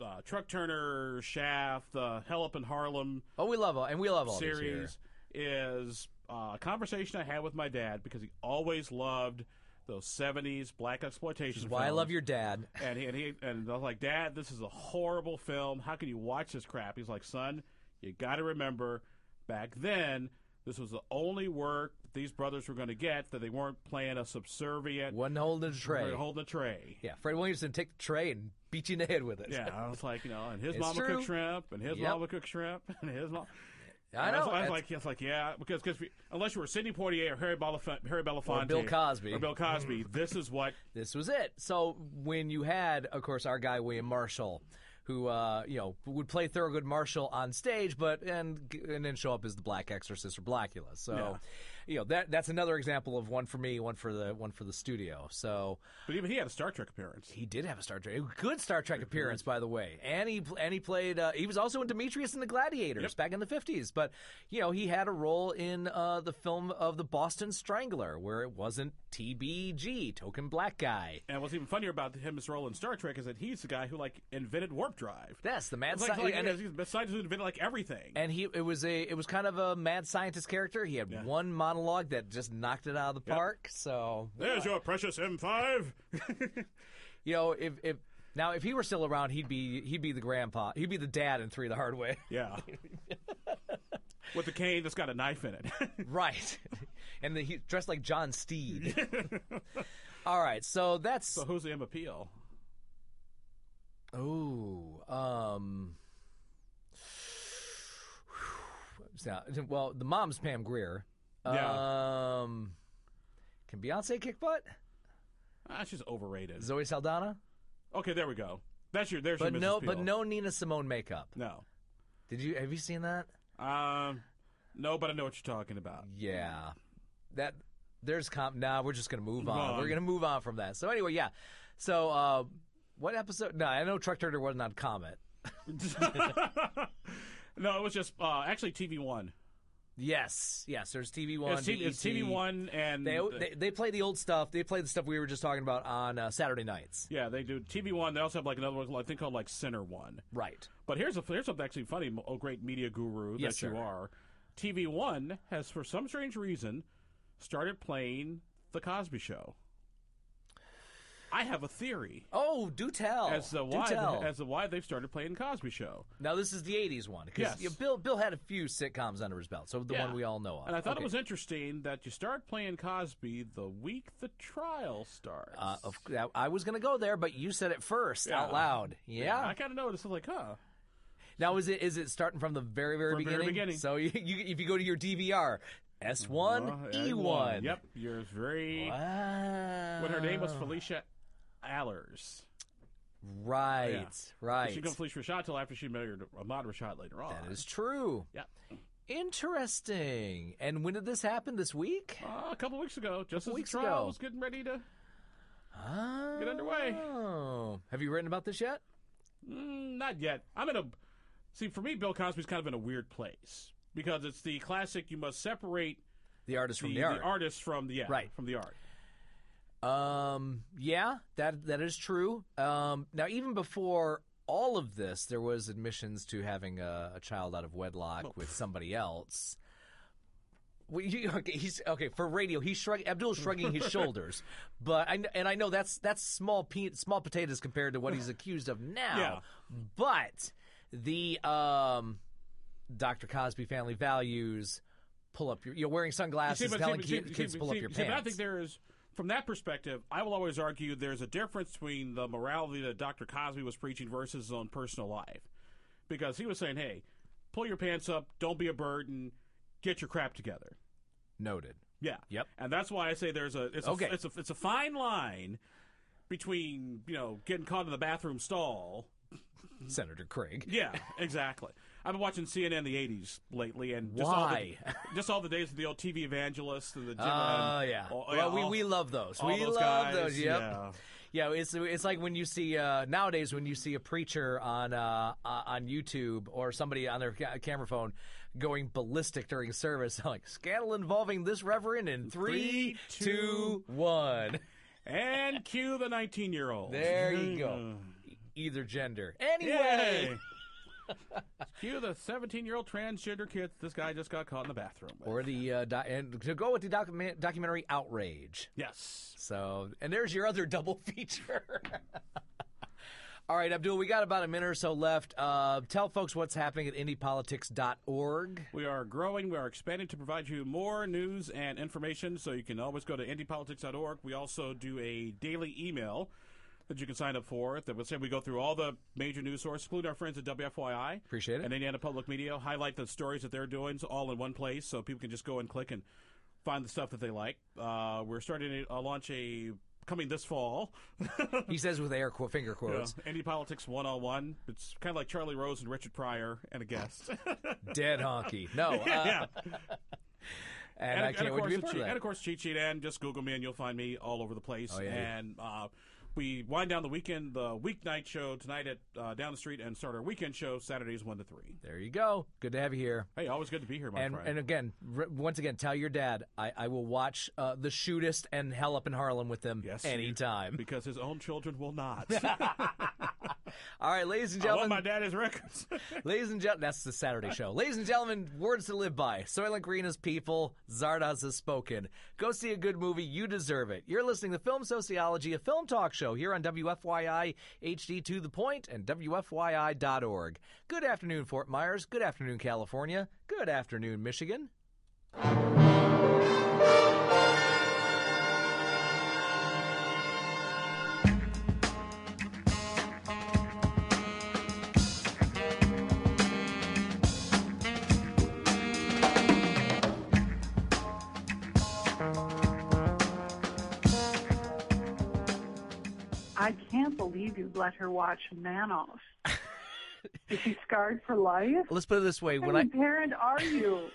[SPEAKER 10] uh, Truck Turner, Shaft, the Hell Up in Harlem
[SPEAKER 4] Oh, we love all, and we love all these here.
[SPEAKER 10] series is uh, a conversation I had with my dad because he always loved those '70s black exploitation.
[SPEAKER 4] Why I
[SPEAKER 10] films.
[SPEAKER 4] love your dad.
[SPEAKER 10] And he, and he and I was like, Dad, this is a horrible film. How can you watch this crap? He's like, Son, you got to remember, back then, this was the only work these brothers were going to get that they weren't playing a subservient
[SPEAKER 4] One holding a tray.
[SPEAKER 10] holding a tray.
[SPEAKER 4] Yeah, Fred Williamson take the tray and beat you in the head with it.
[SPEAKER 10] Yeah, I was like, you know, and his
[SPEAKER 4] It's
[SPEAKER 10] mama
[SPEAKER 4] true.
[SPEAKER 10] cooked shrimp, and his
[SPEAKER 4] Yep.
[SPEAKER 10] mama cooked shrimp, and his mom.
[SPEAKER 4] I know.
[SPEAKER 10] I was, I was
[SPEAKER 4] That's-
[SPEAKER 10] like, it's like, yeah, because cause we, unless you were Sidney Poitier or Harry, Belafonte, Harry Belafonte
[SPEAKER 4] Bill Cosby.
[SPEAKER 10] or Bill Cosby, this is what
[SPEAKER 4] this was it. So when you had, of course, our guy William Marshall, who uh, you know would play Thurgood Marshall on stage, but and and then show up as the Black Exorcist or Blackula. So. You know that that's another example of one for me, one for the one for the studio. So
[SPEAKER 10] But even he had a Star Trek appearance.
[SPEAKER 4] he did have a Star Trek, a good Star Trek appearance, by the way. And he pl- and he played. Uh, he was also in Demetrius and the Gladiators back in the fifties. But you know, he had a role in uh, the film of the Boston Strangler, where it wasn't TBG, token black guy.
[SPEAKER 10] And what's even funnier about him, his role in Star Trek, is that he's the guy who like invented warp drive.
[SPEAKER 4] Yes, the mad
[SPEAKER 10] It's like,
[SPEAKER 4] sci-
[SPEAKER 10] like,
[SPEAKER 4] and,
[SPEAKER 10] he's the scientist who invented like everything.
[SPEAKER 4] and he it was a it was kind of a mad scientist character. He had one monologue that just knocked it out of the park. So
[SPEAKER 10] There's your precious M5.
[SPEAKER 4] you know, if if now if he were still around, he'd be he'd be the grandpa, he'd be the dad in Three the Hard Way.
[SPEAKER 10] Yeah. With the cane that's got a knife in it.
[SPEAKER 4] Right. and the, he dressed like John Steed. All right, so that's
[SPEAKER 10] So who's the M appeal?
[SPEAKER 4] Ooh, um, now, well, the mom's Pam Greer.
[SPEAKER 10] Yeah.
[SPEAKER 4] Um, can Beyonce kick butt?
[SPEAKER 10] Ah, she's overrated.
[SPEAKER 4] Zoe Saldana? Okay,
[SPEAKER 10] there we go. That's your there's
[SPEAKER 4] But
[SPEAKER 10] your Mrs.
[SPEAKER 4] no,
[SPEAKER 10] Peel.
[SPEAKER 4] but no Nina Simone makeup.
[SPEAKER 10] no.
[SPEAKER 4] Did you have you seen that?
[SPEAKER 10] Um, no, but I know what you're talking about.
[SPEAKER 4] Yeah, that there's comp. Nah, we're just gonna move
[SPEAKER 10] Move
[SPEAKER 4] on.
[SPEAKER 10] on.
[SPEAKER 4] We're gonna move on from that. So anyway, yeah. So uh, what episode? No, I know Truck Turner wasn't on Comet.
[SPEAKER 10] No, it was just uh, actually TV One.
[SPEAKER 4] Yes, yes. There's TV One.
[SPEAKER 10] It's, T- it's
[SPEAKER 4] BET.
[SPEAKER 10] TV One, and
[SPEAKER 4] They, they they play the old stuff. They play the stuff we were just talking about on uh, Saturday nights.
[SPEAKER 10] yeah, they do TV One. They also have like another one, I think called like Center One.
[SPEAKER 4] Right.
[SPEAKER 10] But here's a here's something actually funny. Oh, great media guru
[SPEAKER 4] Yes,
[SPEAKER 10] that you
[SPEAKER 4] sir.
[SPEAKER 10] are. TV One has, for some strange reason, started playing The Cosby Show. I have a theory
[SPEAKER 4] Oh, do tell.
[SPEAKER 10] as to
[SPEAKER 4] Do
[SPEAKER 10] why
[SPEAKER 4] tell.
[SPEAKER 10] as to why they've started playing Cosby Show.
[SPEAKER 4] now this is the '80s one because
[SPEAKER 10] Yes.
[SPEAKER 4] Bill Bill had a few sitcoms under his belt, so the
[SPEAKER 10] Yeah.
[SPEAKER 4] one we all know of.
[SPEAKER 10] And I thought
[SPEAKER 4] Okay.
[SPEAKER 10] it was interesting that you start playing Cosby the week the trial starts.
[SPEAKER 4] Uh, of, I- I was going to go there, but you said it first
[SPEAKER 10] Yeah.
[SPEAKER 4] out loud. Yeah.
[SPEAKER 10] I kind of noticed. I was like, huh.
[SPEAKER 4] Now is it is it starting from the very very
[SPEAKER 10] From
[SPEAKER 4] beginning?
[SPEAKER 10] very beginning.
[SPEAKER 4] So you, you, if you go to your DVR, S one
[SPEAKER 10] Uh,
[SPEAKER 4] E
[SPEAKER 10] one.
[SPEAKER 4] one.
[SPEAKER 10] Yep. Yours very.
[SPEAKER 4] Wow.
[SPEAKER 10] When her name was Felicia Allers.
[SPEAKER 4] Right.
[SPEAKER 10] Yeah.
[SPEAKER 4] Right.
[SPEAKER 10] She didn't Felicia Rashad till after she married Ahmad Rashad later on.
[SPEAKER 4] That is true.
[SPEAKER 10] Yeah.
[SPEAKER 4] Interesting. And when did this happen? This week?
[SPEAKER 10] Uh, a couple weeks ago, just as
[SPEAKER 4] weeks
[SPEAKER 10] the trial
[SPEAKER 4] ago.
[SPEAKER 10] was getting ready to.
[SPEAKER 4] Oh.
[SPEAKER 10] Get underway.
[SPEAKER 4] Have you written about this yet?
[SPEAKER 10] Mm, not yet. I'm in a. See, for me, Bill Cosby's kind of in a weird place because it's the classic. You must separate
[SPEAKER 4] The artist
[SPEAKER 10] the,
[SPEAKER 4] from the art.
[SPEAKER 10] artist from the yeah,
[SPEAKER 4] Right.
[SPEAKER 10] from the art.
[SPEAKER 4] Um, yeah, that that is true. Um, now even before all of this, there was admissions to having a, a child out of wedlock with somebody else. Well, you, okay, he's okay for radio. He's shrug, Abdul's shrugging his shoulders, but I kn- and I know that's that's small pe- small potatoes compared to what he's accused of now. But the um, Dr. Cosby family values pull up your you're wearing sunglasses,
[SPEAKER 10] See, but-
[SPEAKER 4] telling
[SPEAKER 10] see,
[SPEAKER 4] kid-
[SPEAKER 10] see,
[SPEAKER 4] kids
[SPEAKER 10] see,
[SPEAKER 4] pull up
[SPEAKER 10] see,
[SPEAKER 4] your
[SPEAKER 10] see, but
[SPEAKER 4] pants.
[SPEAKER 10] I think there is, from that perspective, I will always argue there's a difference between the morality that Dr. Cosby was preaching versus his own personal life, because he was saying, "Hey, pull your pants up, don't be a burden, get your crap together."
[SPEAKER 4] Noted.
[SPEAKER 10] Yeah.
[SPEAKER 4] Yep.
[SPEAKER 10] And that's why I say there's a it's a,
[SPEAKER 4] Okay.
[SPEAKER 10] it's a it's a fine line between you know getting caught in the bathroom stall.
[SPEAKER 4] Senator Craig.
[SPEAKER 10] Yeah, exactly. I've been watching CNN in the '80s lately, and just all the,
[SPEAKER 4] Why?
[SPEAKER 10] just all the days of the old TV evangelists and the Jim.
[SPEAKER 4] Oh
[SPEAKER 10] and-
[SPEAKER 4] yeah.
[SPEAKER 10] all-
[SPEAKER 4] well, we,
[SPEAKER 10] all-
[SPEAKER 4] we love those.
[SPEAKER 10] all
[SPEAKER 4] we
[SPEAKER 10] those
[SPEAKER 4] love
[SPEAKER 10] guys,
[SPEAKER 4] those. Yep.
[SPEAKER 10] yeah.
[SPEAKER 4] Yeah, it's it's like when you see uh, nowadays when you see a preacher on uh, uh, on YouTube or somebody on their ca- camera phone going ballistic during service, like scandal involving this reverend in three,
[SPEAKER 10] Three,
[SPEAKER 4] two,
[SPEAKER 10] two-
[SPEAKER 4] one.
[SPEAKER 10] And cue the 19-year-old.
[SPEAKER 4] There you go. E-, Either gender. Anyway.
[SPEAKER 10] Yay! cue the 17-year-old transgender kid. This guy just got caught in the bathroom. with.
[SPEAKER 4] Or the uh, doc- and to go with the docu- documentary outrage.
[SPEAKER 10] yes.
[SPEAKER 4] So, and there's your other double feature. All right, Abdul, we got about a minute or so left. Uh, tell folks what's happening at indiepolitics.org.
[SPEAKER 10] We are growing. We are expanding to provide you more news and information. So you can always go to indiepolitics.org. We also do a daily email that you can sign up for. That would say we go through all the major news sources, including our friends at WFYI.
[SPEAKER 4] Appreciate it.
[SPEAKER 10] And Indiana Public Media. Highlight the stories that they're doing so all in one place so people can just go and click and find the stuff that they like. Uh, we're starting to uh, launch a coming this fall.
[SPEAKER 4] He says with air qu- finger
[SPEAKER 10] Yeah.
[SPEAKER 4] quotes,
[SPEAKER 10] Indie Politics One on One. It's kind of like Charlie Rose and Richard Pryor and a guest.
[SPEAKER 4] Uh, dead honky. No, uh,
[SPEAKER 10] yeah.
[SPEAKER 4] and,
[SPEAKER 10] And,
[SPEAKER 4] I
[SPEAKER 10] and
[SPEAKER 4] can't
[SPEAKER 10] of
[SPEAKER 4] wait to
[SPEAKER 10] course
[SPEAKER 4] be
[SPEAKER 10] the cheat-
[SPEAKER 4] a part of that. Oh,
[SPEAKER 10] and of course, cheat sheet and just Google me and you'll find me all over the place.
[SPEAKER 4] yeah.
[SPEAKER 10] And uh, we wind down the weekend, the weeknight show tonight at uh, down the street, and start our weekend show Saturdays one to three.
[SPEAKER 4] There you go. Good to have you here.
[SPEAKER 10] Hey, always good to be here, my
[SPEAKER 4] And,
[SPEAKER 10] friend.
[SPEAKER 4] and again, r- once again, tell your dad I, I will watch uh, The Shootist and Hell Up in Harlem with them
[SPEAKER 10] Yes,
[SPEAKER 4] anytime.
[SPEAKER 10] because his own children will not.
[SPEAKER 4] All right, ladies and
[SPEAKER 10] I want
[SPEAKER 4] gentlemen.
[SPEAKER 10] my daddy's records.
[SPEAKER 4] Ladies and gentlemen, that's the Saturday show. Ladies and gentlemen, words to live by. Soylent Green is people. Zardoz has spoken. Go see a good movie. You deserve it. You're listening to Film Sociology, a film talk show here on WFYI HD to the point and WFYI.org. Good afternoon, Fort Myers. Good afternoon, California. Good afternoon, Michigan.
[SPEAKER 11] I can't believe you let her watch Manos. Is she scarred for life?
[SPEAKER 4] Let's put it this way:
[SPEAKER 11] What
[SPEAKER 4] when
[SPEAKER 11] kind
[SPEAKER 4] I
[SPEAKER 11] of parent are you?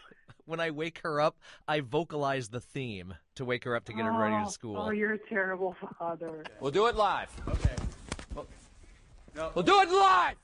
[SPEAKER 4] when I wake her up, I vocalize the theme to wake her up to get her ready to school.
[SPEAKER 11] Oh, you're a terrible father.
[SPEAKER 12] We'll do it live. Okay. We'll do it live.